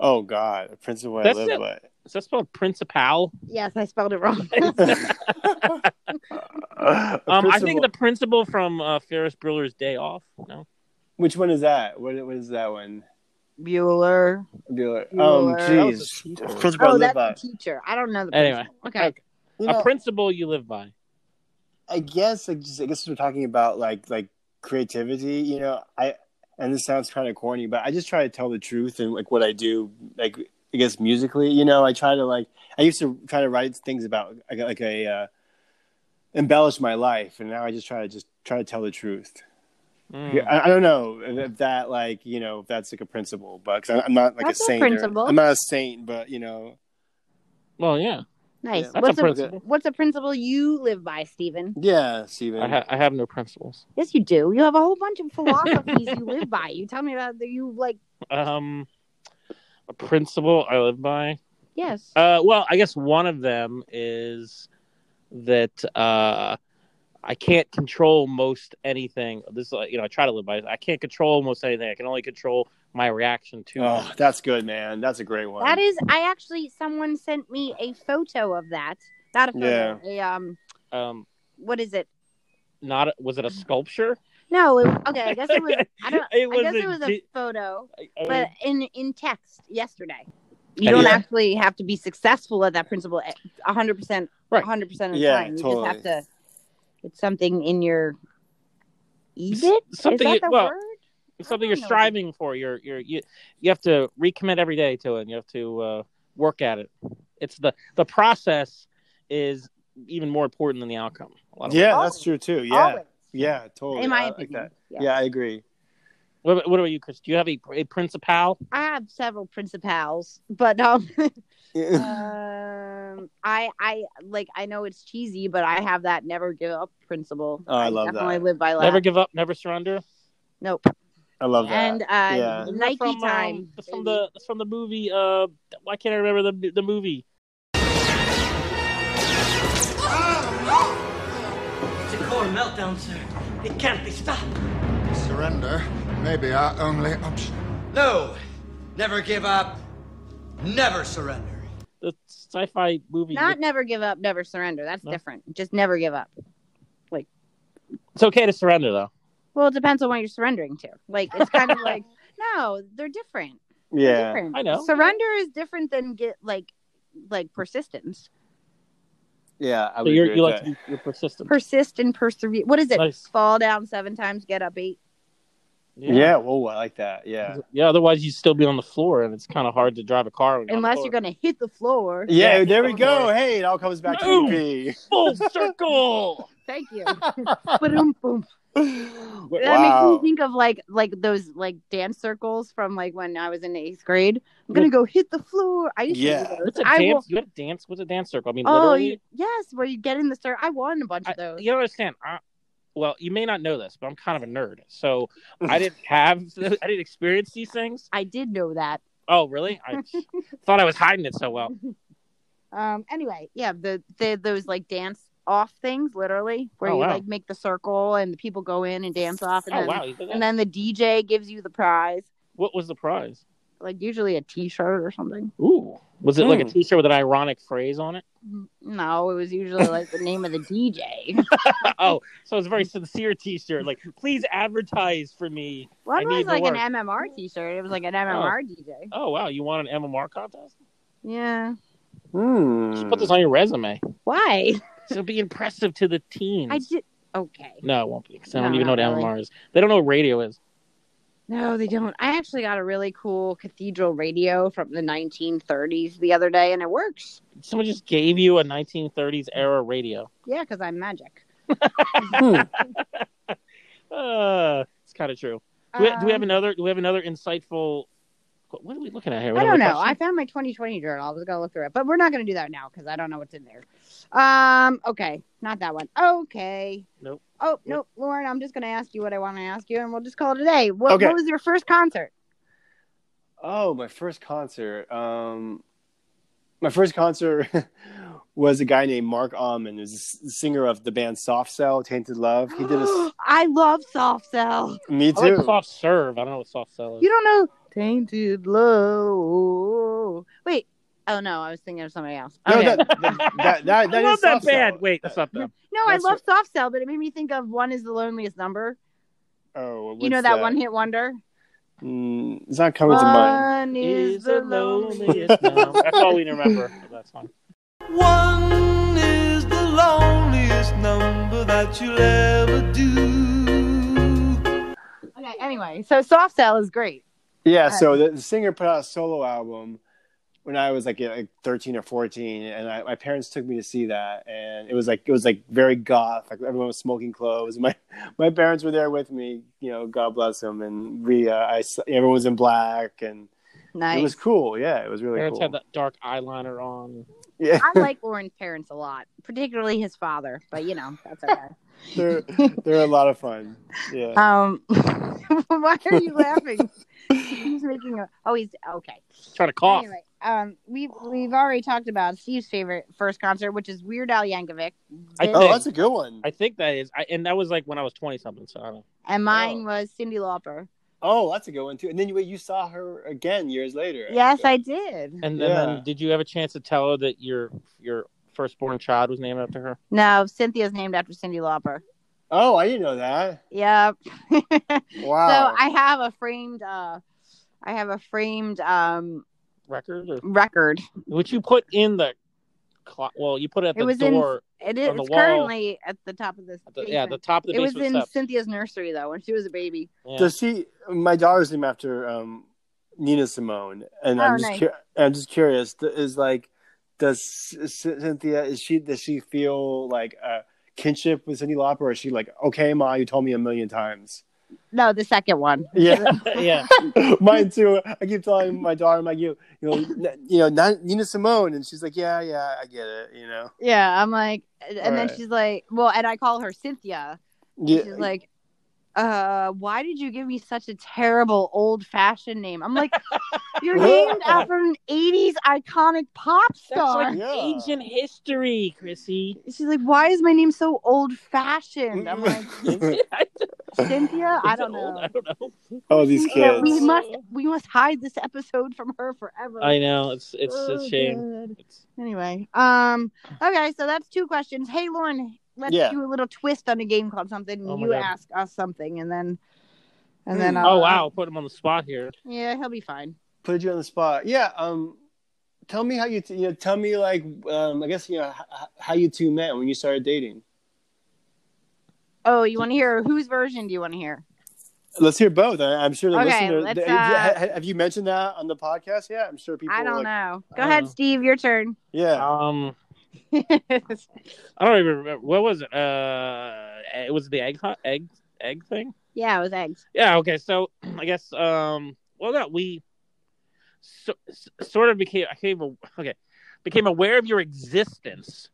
Speaker 2: oh God, the principle I
Speaker 4: That's
Speaker 2: live
Speaker 4: it.
Speaker 2: by.
Speaker 4: is that spelled principal?
Speaker 3: Yes, I spelled it wrong.
Speaker 4: Um, I
Speaker 2: Principle-
Speaker 4: think the principal from uh, Ferris Bueller's Day Off. No,
Speaker 2: Which one is that? What, what is that one?
Speaker 3: Bueller.
Speaker 2: Bueller.
Speaker 3: Bueller.
Speaker 2: Um,
Speaker 4: That was a
Speaker 2: jeez.
Speaker 4: cheap one.
Speaker 2: Principle I
Speaker 3: Oh,
Speaker 2: live
Speaker 3: that's
Speaker 2: by.
Speaker 4: uh,
Speaker 3: a teacher. I don't know the
Speaker 4: Anyway,
Speaker 3: principal. Okay.
Speaker 4: okay.
Speaker 2: You
Speaker 4: a
Speaker 2: know,
Speaker 4: principal you live by.
Speaker 2: I guess like just, I guess we're talking about like like creativity, you know. I and this sounds kind of corny, but I just try to tell the truth and like what I do, like I guess musically, you know. I try to like I used to try to write things about like, like a uh, embellish my life, and now I just try to just try to tell the truth.
Speaker 4: Mm.
Speaker 2: Yeah, I, I don't know if that like you know if that's like a principle, but i I'm not like
Speaker 3: That's a
Speaker 2: a saint. or-
Speaker 3: principle.
Speaker 2: I'm not a saint, but you know,
Speaker 4: Well, yeah,
Speaker 3: Nice.
Speaker 2: Yeah,
Speaker 4: that's
Speaker 3: what's
Speaker 4: a
Speaker 3: a,
Speaker 4: principle.
Speaker 3: what's a principle you live by, Stephen?
Speaker 2: yeah, Stephen.
Speaker 4: I, ha- I have no principles.
Speaker 3: Yes, you do. You have a whole bunch of philosophies you live by. You tell me about that. You like
Speaker 4: Um, a principle I live by.
Speaker 3: yes.
Speaker 4: Uh, well, I guess one of them is that uh, I can't control most anything. This, uh, you know, I try to live by. This. I can't control most anything. I can only control my reaction to.
Speaker 2: oh,
Speaker 4: it.
Speaker 2: that's good, man. That's a great one.
Speaker 3: that is. I actually someone sent me a photo of that. Not a photo. A, um,
Speaker 4: Um,
Speaker 3: what is it?
Speaker 4: not was it a sculpture?
Speaker 3: No. It, okay. I guess it was. I don't.
Speaker 4: It
Speaker 3: I guess
Speaker 4: was a
Speaker 3: it was a
Speaker 4: di-
Speaker 3: photo,
Speaker 4: I- I-
Speaker 3: but in in text yesterday. You
Speaker 4: Yeah.
Speaker 3: don't actually have to be successful at that principle a hundred percent, a
Speaker 4: Right.
Speaker 3: hundred percent of the
Speaker 2: Yeah,
Speaker 3: time. You
Speaker 2: totally.
Speaker 3: just have to. It's something in your. Edit? Is
Speaker 4: something
Speaker 3: that
Speaker 4: you-
Speaker 3: the
Speaker 4: well,
Speaker 3: word?
Speaker 4: it's something
Speaker 3: I
Speaker 4: you're
Speaker 3: don't know.
Speaker 4: striving for. You're you're you you have to recommit every day to it. And you have to uh, work at it. It's the the process is even more important than the outcome. A lot of
Speaker 2: yeah,
Speaker 3: Always.
Speaker 2: that's true too. Yeah,
Speaker 3: Always.
Speaker 2: yeah, totally.
Speaker 3: In my
Speaker 2: I like
Speaker 3: opinion.
Speaker 2: that.
Speaker 3: yeah.
Speaker 2: Yeah. I agree.
Speaker 4: What, about- what about you, Chris? Do you have a, a principal?
Speaker 3: I have several principals, but um,
Speaker 2: Yeah.
Speaker 3: um, I I like I know it's cheesy, but I have that never give up principle.
Speaker 2: Oh, I love
Speaker 3: definitely
Speaker 2: that.
Speaker 3: live by that.
Speaker 4: Never give up, never surrender.
Speaker 3: nope.
Speaker 2: I love that.
Speaker 3: And uh,
Speaker 2: Yeah.
Speaker 4: Isn't that
Speaker 3: Nike
Speaker 4: from, um,
Speaker 3: time.
Speaker 4: that's from
Speaker 3: baby.
Speaker 4: the that's from the movie. Uh, why can't I remember the the movie?
Speaker 5: It's a core meltdown, sir. It can't be stopped.
Speaker 6: Surrender may be our only option.
Speaker 5: No! Never give up. Never surrender.
Speaker 4: The sci-fi movie.
Speaker 3: Not never give up, never surrender. That's
Speaker 4: No.
Speaker 3: different. Just never give up.
Speaker 4: it's okay to surrender though.
Speaker 3: Well, it depends on what you're surrendering to. Like it's kind of like no, they're different. They're
Speaker 2: yeah.
Speaker 3: different.
Speaker 4: I know.
Speaker 3: Surrender is different than get like like persistence.
Speaker 2: Yeah. I
Speaker 4: So
Speaker 2: would
Speaker 4: you're,
Speaker 2: agree
Speaker 4: you
Speaker 2: with
Speaker 4: like to be, you're persistent.
Speaker 3: Persist and persevere. What is it?
Speaker 4: Nice.
Speaker 3: Fall down seven times, get up eight.
Speaker 2: that. Yeah. Whoa, I like that. Yeah.
Speaker 4: Yeah, otherwise you'd still be on the floor, and it's kind of hard to drive a car. when
Speaker 3: unless
Speaker 4: on
Speaker 3: you're
Speaker 4: the
Speaker 3: gonna hit the floor.
Speaker 2: Yeah. There we
Speaker 4: Okay.
Speaker 2: go. Hey, it all comes back
Speaker 4: Boom.
Speaker 2: to me.
Speaker 4: floor. full circle.
Speaker 3: Thank you. Ba-dum, boom. That
Speaker 2: wow.
Speaker 3: makes me think of like like those like dance circles from like when I was in eighth grade. I'm gonna go hit the floor. I used
Speaker 2: Yeah.
Speaker 3: to do
Speaker 4: It's
Speaker 3: those.
Speaker 4: a
Speaker 3: I
Speaker 4: dance.
Speaker 3: will.
Speaker 4: You had a dance. What's a dance circle? I mean,
Speaker 3: Oh
Speaker 4: literally.
Speaker 3: you, yes, where you get in the circle. I won a bunch
Speaker 4: I,
Speaker 3: of those.
Speaker 4: you don't understand. I, well, you may not know this, but I'm kind of a nerd, so I didn't have, I didn't experience these things.
Speaker 3: I did know that.
Speaker 4: Oh, really? I thought I was hiding it so well.
Speaker 3: Um. Anyway, yeah, the, the those like dance off things, literally, where
Speaker 4: Oh,
Speaker 3: you
Speaker 4: wow.
Speaker 3: like make the circle and the people go in and dance off, and
Speaker 4: Oh
Speaker 3: then
Speaker 4: wow! You did that.
Speaker 3: and then the DJ gives you the prize.
Speaker 4: what was the prize?
Speaker 3: like usually a T-shirt or something.
Speaker 4: Ooh, was it like a
Speaker 2: Hmm.
Speaker 4: T-shirt with an ironic phrase on it? Mm-hmm.
Speaker 3: No, it was usually like the name of the DJ.
Speaker 4: oh, so it's a very sincere T-shirt. Like, please advertise for me. I
Speaker 3: One
Speaker 4: need
Speaker 3: was
Speaker 4: the
Speaker 3: like
Speaker 4: work.
Speaker 3: an MMR T-shirt. It was like an MMR DJ.
Speaker 4: Oh wow, you want an MMR contest?
Speaker 3: Yeah.
Speaker 4: You should
Speaker 2: Hmm.
Speaker 4: put this on your resume.
Speaker 3: Why?
Speaker 4: It'll be impressive to the teens.
Speaker 3: I did. Okay.
Speaker 4: No, it won't be. 'cause I
Speaker 3: No,
Speaker 4: don't even know what
Speaker 3: not really.
Speaker 4: MMR is. They don't know what radio is.
Speaker 3: No, they don't. I actually got a really cool cathedral radio from the 1930s the other day, and it works.
Speaker 4: Someone just gave you a 1930s era radio.
Speaker 3: Yeah, because I'm magic.
Speaker 4: Uh, it's kind of true. Do we, do we have
Speaker 3: Um,
Speaker 4: another? Do we have another insightful? What, what are we looking at here? We
Speaker 3: I
Speaker 4: have
Speaker 3: don't
Speaker 4: a
Speaker 3: know. I
Speaker 4: question?
Speaker 3: found my 2020 journal. I was gonna look through it, but we're not gonna do that now because I don't know what's in there. Um. Okay. Not that one. Okay.
Speaker 4: Nope.
Speaker 3: Oh
Speaker 4: Nope.
Speaker 3: nope, Lauren. I'm just gonna ask you what I want to ask you, and we'll just call it a day. What,
Speaker 2: Okay.
Speaker 3: what was your first concert?
Speaker 2: Oh, my first concert. Um, my first concert was a guy named Mark Almond, who's a s- singer of the band Soft Cell, Tainted Love. He did a s-
Speaker 3: I love soft cell.
Speaker 2: me
Speaker 4: I like
Speaker 2: too.
Speaker 4: soft serve. I don't know what soft sell is.
Speaker 3: You don't know tainted love. Wait. Oh no, I was thinking of somebody else.
Speaker 2: No,
Speaker 3: Okay.
Speaker 2: that, that, that, that,
Speaker 4: I
Speaker 2: that
Speaker 4: love
Speaker 2: is
Speaker 4: that
Speaker 2: Soft Cell.
Speaker 4: band. Wait, that's not them.
Speaker 3: No, I
Speaker 2: That's
Speaker 3: love soft cell, but it made me think of one is the loneliest number.
Speaker 2: Oh, what's
Speaker 3: you know that, one hit wonder.
Speaker 2: Mm, it's not coming to mind.
Speaker 3: is the loneliest.
Speaker 4: number. That's all we remember. but That's fine.
Speaker 5: One is the loneliest number that you'll ever do.
Speaker 3: Okay. Anyway, so soft cell is great.
Speaker 2: Yeah, so the, the singer put out a solo album when I was like, yeah, like 13 or 14, and I, my parents took me to see that, and it was like it was like very goth, like everyone was smoking clothes. My my parents were there with me, you know, God bless them, and we uh, I s- everyone was in black, and
Speaker 3: Nice.
Speaker 2: it was cool. Yeah, it was really
Speaker 4: Parents
Speaker 2: cool.
Speaker 4: had that dark eyeliner on.
Speaker 2: Yeah,
Speaker 3: I like Lauren's parents a lot, particularly his father, but you know, that's okay.
Speaker 2: they're they're a lot of fun. Yeah,
Speaker 3: Um, why are you laughing? He's making a. Oh, he's okay.
Speaker 4: Trying to cough.
Speaker 3: Anyway, um, we've we've already talked about Steve's favorite first concert, which is Weird Al Yankovic.
Speaker 4: I
Speaker 2: oh,
Speaker 4: think-
Speaker 2: that's a good one.
Speaker 4: I think that is. I, and that was like when I was twenty something. So I don't know.
Speaker 3: and mine was Cindy Lauper.
Speaker 2: Oh, that's a good one too. And then you wait, you saw her again years later.
Speaker 3: Yes, I did.
Speaker 4: And, then-
Speaker 2: Yeah.
Speaker 4: then, did you have a chance to tell her that your your firstborn child was named after her?
Speaker 3: No, Cynthia's named after Cindy Lauper.
Speaker 2: Oh, I didn't know that.
Speaker 3: Yep.
Speaker 2: Wow.
Speaker 3: So I have a framed. uh I have a framed um
Speaker 4: Record, or,
Speaker 3: record
Speaker 4: which you put in the clock? Well, you put it at
Speaker 3: It
Speaker 4: the
Speaker 3: was in-
Speaker 4: door.
Speaker 3: It
Speaker 4: On the
Speaker 3: is
Speaker 4: wall.
Speaker 3: currently at the top of this.
Speaker 4: at the, yeah,
Speaker 3: basement.
Speaker 4: the top of the
Speaker 3: it was
Speaker 4: basement
Speaker 3: in
Speaker 4: steps.
Speaker 3: Cynthia's nursery though when she was a baby.
Speaker 4: Yeah.
Speaker 2: Does she? My daughter's named after um, Nina Simone, and
Speaker 3: Oh,
Speaker 2: I'm just
Speaker 3: nice.
Speaker 2: cur- I'm just curious. th- Is like, does C- Cynthia? Is she? Does she feel like a kinship with Cindy Lauper? Or is she like, okay, Ma, you told me a million times.
Speaker 3: No, the second one.
Speaker 2: Yeah,
Speaker 4: yeah.
Speaker 2: mine too. I keep telling my daughter, I'm like, you, you know, n- you know, not Nina Simone, and she's like, yeah, yeah, I get it, you know.
Speaker 3: Yeah, I'm like, and then
Speaker 2: Right.
Speaker 3: she's like, well, and I call her Cynthia.
Speaker 2: Yeah,
Speaker 3: She's like, uh, why did you give me such a terrible old fashioned name? I'm like, you're named after an '80s iconic pop
Speaker 4: That's
Speaker 3: star.
Speaker 4: like
Speaker 2: Yeah.
Speaker 4: ancient history, Chrissy.
Speaker 3: She's like, why is my name so old fashioned? I'm like, Cynthia. I
Speaker 4: Is it
Speaker 3: don't
Speaker 4: old? I
Speaker 3: know.
Speaker 4: don't know.
Speaker 2: oh, these
Speaker 3: Cynthia,
Speaker 2: kids.
Speaker 3: we must we must hide this episode from her forever.
Speaker 4: I know. It's it's
Speaker 3: Oh,
Speaker 4: a shame.
Speaker 3: God.
Speaker 4: It's-
Speaker 3: Anyway, um, okay, so that's two questions. Hey, Lauren, let's
Speaker 2: Yeah.
Speaker 3: do a little twist on a game called something. and
Speaker 4: Oh my
Speaker 3: you
Speaker 4: God.
Speaker 3: ask us something, and then, and
Speaker 2: Hmm.
Speaker 3: then. I'll-
Speaker 4: oh wow, put him on the spot here.
Speaker 3: Yeah, he'll be fine.
Speaker 2: put you on the spot. Yeah. Um, tell me how you, t- you know, tell me like, um, I guess you know h- how you two met when you started dating.
Speaker 3: Oh, you want to hear whose version? Do you want to hear?
Speaker 2: Let's hear both. I, I'm sure the
Speaker 3: Okay,
Speaker 2: listener.
Speaker 3: let's,
Speaker 2: the-
Speaker 3: uh,
Speaker 2: ha- have you mentioned that on the podcast yet? I'm sure people.
Speaker 3: I don't
Speaker 2: like,
Speaker 3: know. Go
Speaker 4: I
Speaker 3: ahead,
Speaker 4: don't know.
Speaker 3: Steve. Your turn.
Speaker 2: Yeah.
Speaker 4: Um, I don't even remember what was it. Uh, it was the egg hunt, egg egg thing.
Speaker 3: yeah, it was eggs.
Speaker 4: Yeah. Okay. So I guess um. Well, no, we so, s- sort of became I became a- okay became aware of your existence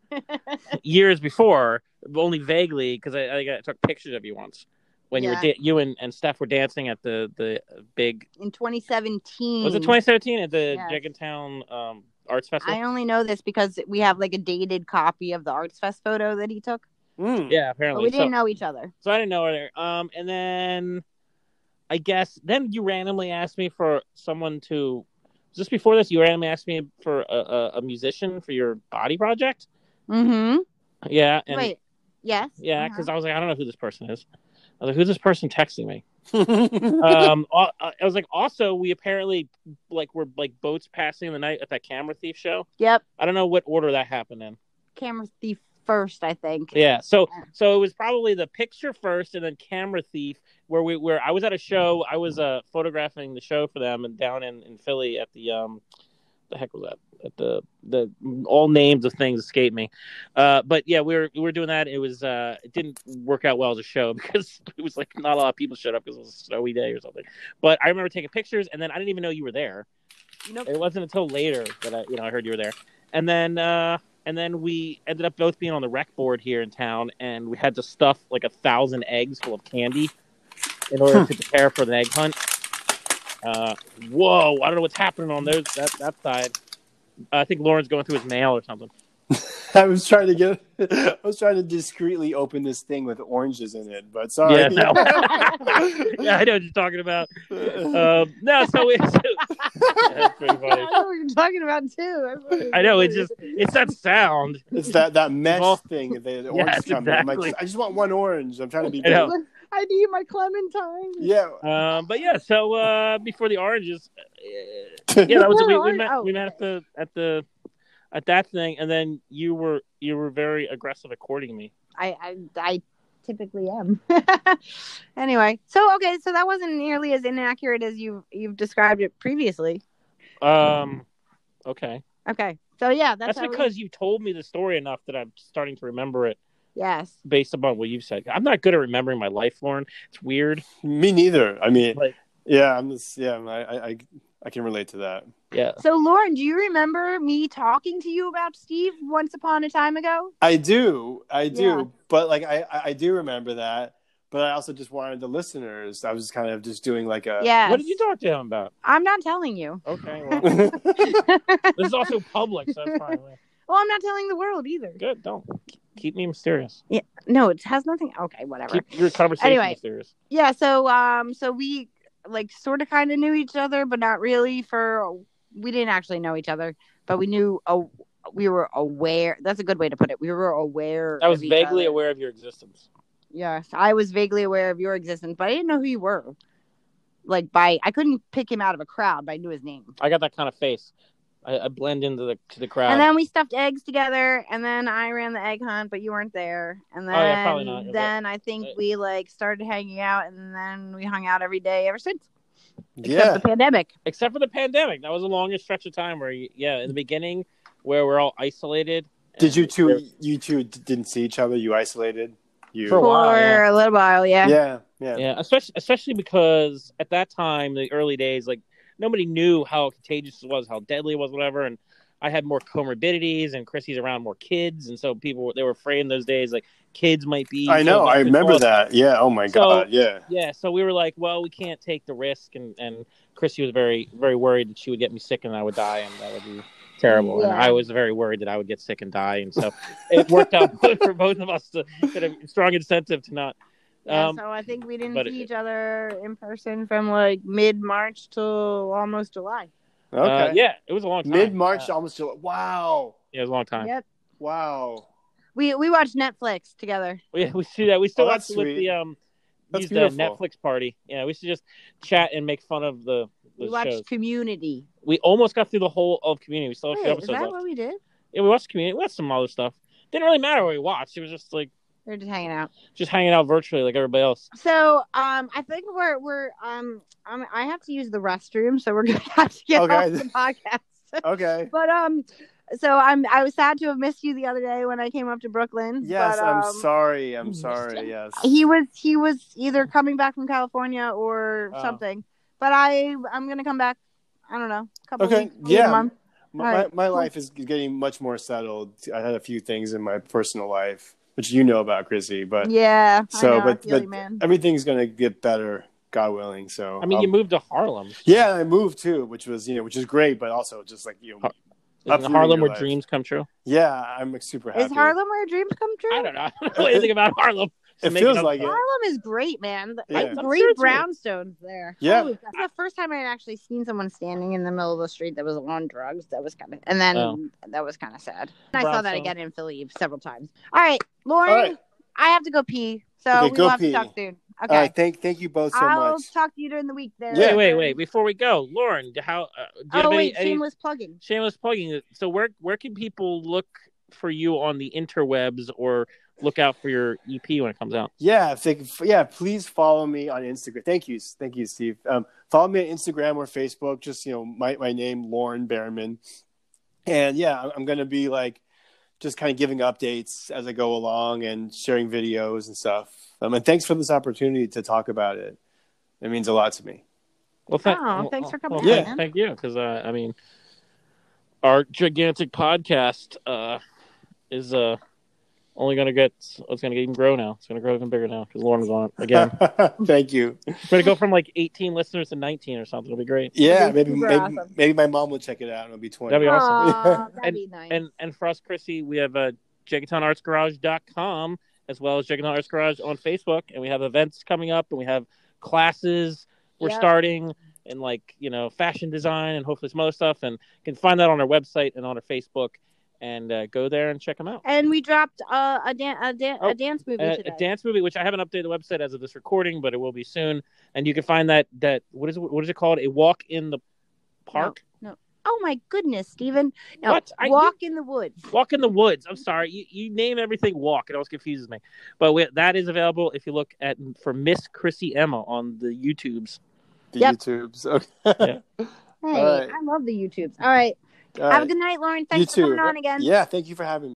Speaker 4: years before, but only vaguely because I, I think I took pictures of you once when you were
Speaker 3: Yeah.
Speaker 4: da- you and, and Steph were dancing at the the big
Speaker 3: In 2017.
Speaker 4: was it 2017 at the
Speaker 3: Mm. Yes.
Speaker 4: Jenkintown um Arts Festival.
Speaker 3: I only know this because we have like a dated copy of the Arts Fest photo that he took.
Speaker 2: Mm.
Speaker 4: yeah,
Speaker 3: But
Speaker 4: apparently.
Speaker 3: Oh, we
Speaker 4: So-
Speaker 3: didn't know each other.
Speaker 4: So I didn't know her. Um, and then I guess. Then you randomly asked me for someone to. Just before this, you randomly asked me for a, a, a musician for your body project.
Speaker 3: Mm-hmm.
Speaker 4: Yeah, and
Speaker 3: Wait. Yes.
Speaker 4: yeah,
Speaker 3: Uh-huh.
Speaker 4: because I was like, I don't know who this person is. I was like, who's this person texting me?
Speaker 2: That's
Speaker 4: um, al- I I was like, also, we apparently like were like boats passing the night at that camera thief show.
Speaker 3: Yep.
Speaker 4: I don't know what order that happened in.
Speaker 3: Camera thief first, I think.
Speaker 4: Yeah. So so it was probably the picture first and then camera thief where we where I was at a show. I was uh photographing the show for them and down in, in Philly at the um the heck was that? At the the all names of things escape me. Uh but yeah, we were we were doing that. It was uh it didn't work out well as a show because it was like not a lot of people showed up because it was a snowy day or something. But I remember taking pictures and then I didn't even know you were there.
Speaker 3: You know,
Speaker 4: It wasn't until later that I, you know, I heard you were there. And then, uh, and then we ended up both being on the rec board here in town, and we had to stuff like a thousand eggs full of candy in order to prepare for the egg hunt. Uh, whoa! I don't know what's happening on those that that side. Uh, I think Lauren's going through his mail or something.
Speaker 2: I was trying to get. I was trying to discreetly open this thing with oranges in it, but sorry.
Speaker 4: Yeah, no. yeah, I know what you're talking about. Um, no, so it's that's pretty funny.
Speaker 3: I know what you're talking about too.
Speaker 4: I know it's just it's that sound.
Speaker 2: It's that that mesh
Speaker 4: Well,
Speaker 2: thing. that The, the orange
Speaker 4: yes,
Speaker 2: come in. I'm like,
Speaker 4: exactly.
Speaker 2: I just want one orange. I'm trying to be.
Speaker 4: I know.
Speaker 2: good.
Speaker 3: I need my clementine.
Speaker 2: Yeah.
Speaker 4: Um, but yeah, so uh, before the oranges, uh, yeah, that was
Speaker 3: What
Speaker 4: we, we
Speaker 3: orange-
Speaker 4: met
Speaker 3: oh,
Speaker 4: we met at the at the at that thing, and then you were you were very aggressive at courting me.
Speaker 3: I, I I typically am. anyway, so okay, so that wasn't nearly as inaccurate as you have you've described it previously.
Speaker 4: Um, okay,
Speaker 3: Okay, so yeah, that's,
Speaker 4: that's,
Speaker 3: how we-
Speaker 4: because you told me the story enough that I'm starting to remember it
Speaker 3: yes,
Speaker 4: based upon what you've said. I'm not good at remembering my life, Lauren. It's weird.
Speaker 2: Me neither. I mean,
Speaker 4: Like-
Speaker 2: yeah, I'm just, yeah, I, I, I- I can relate to that.
Speaker 4: Yeah,
Speaker 3: So, Lauren, do you remember me talking to you about Steve once upon a time ago?
Speaker 2: I do, I do,
Speaker 3: Yeah.
Speaker 2: but like, I, I I do remember that. But I also just wanted the listeners. I was kind of just doing like a.
Speaker 3: Yes.
Speaker 4: Uh, what did you talk to him about?
Speaker 3: I'm not telling you.
Speaker 4: Okay, well,
Speaker 2: Yeah.
Speaker 4: this is also public, so that's fine.
Speaker 3: Well, I'm not telling the world either.
Speaker 4: Good, don't keep me mysterious.
Speaker 3: No, it has nothing. Okay, whatever.
Speaker 4: Keep your conversation
Speaker 3: Anyway.
Speaker 4: mysterious.
Speaker 3: yeah, so um, so we like sort of kind of knew each other, but not really. For we didn't actually know each other, but we knew. Oh, we were aware. That's a good way to put it. We were aware.
Speaker 4: I was
Speaker 3: of each
Speaker 4: vaguely
Speaker 3: other.
Speaker 4: aware of your existence.
Speaker 3: Yes, I was vaguely aware of your existence, but I didn't know who you were. Like by, I couldn't pick him out of a crowd, but I knew his name.
Speaker 4: I got that kind of face. I, I blend into the to the crowd.
Speaker 3: And then we stuffed eggs together, and then I ran the egg hunt, but you weren't there. And then,
Speaker 4: Oh, yeah, probably not, but-
Speaker 3: then I think
Speaker 4: but-
Speaker 3: we like started hanging out, and then we hung out every day ever since
Speaker 2: yeah.
Speaker 3: the pandemic.
Speaker 4: except for the pandemic. That was the longest stretch of time where, you, yeah, in the beginning, where we're all isolated.
Speaker 2: Did you
Speaker 4: Yeah.
Speaker 2: two? You two d- didn't see each other. You isolated. You.
Speaker 4: For a while,
Speaker 3: for
Speaker 4: yeah.
Speaker 3: a little while, yeah.
Speaker 2: yeah, yeah,
Speaker 4: Yeah, especially especially because at that time, the early days, like nobody knew how contagious it was, how deadly it was, whatever. And I had more comorbidities, and Chrissy's around more kids, and so people they were afraid in those days, like kids might be.
Speaker 2: I know.
Speaker 4: so
Speaker 2: I remember
Speaker 4: controlled.
Speaker 2: that. Yeah. Oh my
Speaker 4: So-
Speaker 2: god. Yeah.
Speaker 4: Yeah, so we were like, well, we can't take the risk, and and Chrissy was very very worried that she would get me sick and I would die, and that would be terrible. And
Speaker 3: Yeah.
Speaker 4: I was very worried that I would get sick and die, and so it worked out good for both of us to get a strong incentive to not.
Speaker 3: Yeah,
Speaker 4: Um,
Speaker 3: so I think we didn't
Speaker 4: but
Speaker 3: see
Speaker 4: it-
Speaker 3: each other in person from like mid March till almost July.
Speaker 4: uh,
Speaker 2: Okay.
Speaker 4: yeah, it was a long time.
Speaker 2: Mid March,
Speaker 4: Uh,
Speaker 2: almost. July. Wow.
Speaker 4: yeah, it was a long time.
Speaker 3: Yep.
Speaker 2: Wow.
Speaker 3: We we watched Netflix together.
Speaker 4: We, we see that. We still
Speaker 2: Oh,
Speaker 4: have
Speaker 2: that's
Speaker 4: to with
Speaker 2: sweet.
Speaker 4: the um.
Speaker 2: That's
Speaker 4: use the
Speaker 2: beautiful.
Speaker 4: Netflix party. Yeah, we should just chat and make fun of the,
Speaker 3: We
Speaker 4: the
Speaker 3: watched
Speaker 4: shows.
Speaker 3: Community.
Speaker 4: We almost got through the whole of Community. We still have a few
Speaker 3: Wait, is
Speaker 4: episodes
Speaker 3: that
Speaker 4: left.
Speaker 3: what we did?
Speaker 4: Yeah, we watched Community. We watched some other stuff. Didn't really matter what we watched. It was just like.
Speaker 3: We were just hanging out.
Speaker 4: just hanging out virtually like everybody else.
Speaker 3: So um, I think we're we're um, um I have to use the restroom, so we're gonna have to get
Speaker 2: Okay.
Speaker 3: off the podcast.
Speaker 2: Okay.
Speaker 3: but um, so I'm I was sad to have missed you the other day when I came up to Brooklyn.
Speaker 2: Yes,
Speaker 3: but,
Speaker 2: I'm
Speaker 3: um,
Speaker 2: sorry. I'm sorry. Yes.
Speaker 3: He was he was either coming back from California or
Speaker 4: Oh.
Speaker 3: something. But I I'm gonna come back. I don't know. A couple
Speaker 2: Okay,
Speaker 3: weeks, a
Speaker 2: yeah.
Speaker 3: month.
Speaker 2: My,
Speaker 3: Alright,
Speaker 2: my, my life is getting much more settled. I had a few things in my personal life, which you know about, Chrissy, but
Speaker 3: Yeah.
Speaker 2: So,
Speaker 3: I know, I
Speaker 2: but-
Speaker 3: feel you,
Speaker 2: but-
Speaker 3: man.
Speaker 2: everything's going to get better, God willing. So,
Speaker 4: I mean,
Speaker 2: um,
Speaker 4: you moved to Harlem.
Speaker 2: yeah, I moved too, which was, you know, which is great, but also just like, you know,
Speaker 4: Har- Isn't
Speaker 2: Uprooting
Speaker 4: Harlem
Speaker 2: your
Speaker 4: where
Speaker 2: life.
Speaker 4: dreams come true?
Speaker 2: yeah, I'm like, super happy.
Speaker 3: Is Harlem where dreams come true?
Speaker 4: I don't know. I don't know anything about Harlem. to
Speaker 2: It
Speaker 4: make
Speaker 2: feels
Speaker 4: up
Speaker 2: like it.
Speaker 4: for
Speaker 3: Harlem is great, man. The-
Speaker 2: Yeah.
Speaker 3: Like
Speaker 4: I'm
Speaker 3: great
Speaker 4: serious.
Speaker 3: brownstones there.
Speaker 2: Yeah.
Speaker 3: Holy- that's the first time I'd actually seen someone standing in the middle of the street that was on drugs. That was kind of, and then
Speaker 4: Oh.
Speaker 3: that was kind of sad. And I saw that
Speaker 4: Brownstone.
Speaker 3: again in Philly several times. All right, Lauren,
Speaker 2: All right.
Speaker 3: I have to go pee, so
Speaker 2: Okay,
Speaker 3: we
Speaker 2: go
Speaker 3: will have
Speaker 2: pee.
Speaker 3: to talk soon. Okay,
Speaker 2: All right. Thank, thank you both so
Speaker 3: I'll
Speaker 2: much.
Speaker 3: talk to you during the week. There.
Speaker 2: Yeah.
Speaker 4: Wait, wait, wait! Before we go, Lauren, how? Uh, do you have
Speaker 3: Oh
Speaker 4: any-
Speaker 3: wait,
Speaker 4: any-
Speaker 3: shameless plugging.
Speaker 4: shameless plugging. So where where can people look for you on the interwebs or look out for your EP when it comes out?
Speaker 2: Yeah, if they, f- yeah. Please follow me on Instagram. Thank you, thank you, Steve. Um, follow me on Instagram or Facebook. Just you know, my my name Lauren Behrman, and yeah, I'm, I'm gonna be like just kind of giving updates as I go along and sharing videos and stuff. Um, and thanks for this opportunity to talk about it. It means a lot to me.
Speaker 4: Well,
Speaker 3: Oh, thanks for coming
Speaker 4: Well,
Speaker 2: out,
Speaker 4: thank-
Speaker 3: man.
Speaker 4: thank you, because uh, I mean, our gigantic podcast uh, is uh, only going to get it's going to even grow now. It's going to grow even bigger now because Lauren's on it again.
Speaker 2: thank you.
Speaker 4: We're going to go from like 18 listeners to 19 or something. It'll be great.
Speaker 2: Yeah,
Speaker 3: You're
Speaker 2: maybe
Speaker 3: super
Speaker 2: maybe,
Speaker 3: awesome.
Speaker 2: maybe my mom will check it out and it'll be twenty.
Speaker 4: That'd be awesome.
Speaker 3: Aw, that'd be nice.
Speaker 4: And and for us, Chrissy, we have uh, JaggedTownArtsGarage.com as well as Jaggedtown Arts Garage on Facebook, and we have events coming up, and we have classes we're
Speaker 3: Yep.
Speaker 4: starting, and like you know, fashion design, and hopefully some other stuff. And you can find that on our website and on our Facebook, and uh, go there and check them out.
Speaker 3: And we dropped uh, a dan- a, dan-
Speaker 4: Oh,
Speaker 3: a dance movie
Speaker 4: Uh,
Speaker 3: today.
Speaker 4: a dance movie, which I haven't updated the website as of this recording, but it will be soon. And you can find that that what is it- what is it called? A walk in the park,
Speaker 3: oh my goodness, Steven. No,
Speaker 4: What? I-
Speaker 3: walk in the woods.
Speaker 4: walk in the woods. I'm sorry, you, you name everything walk. It always confuses me. But we, that is available if you look at for Miss Chrissy Emma on the YouTubes.
Speaker 2: The
Speaker 3: Yep.
Speaker 2: YouTubes. Okay.
Speaker 3: Hey,
Speaker 2: All right.
Speaker 3: I love the YouTubes. All right.
Speaker 2: All
Speaker 3: Have
Speaker 2: right.
Speaker 3: a good night, Lauren.
Speaker 2: you
Speaker 3: Thanks
Speaker 2: too.
Speaker 3: for coming on again.
Speaker 2: Yeah, thank you for having me.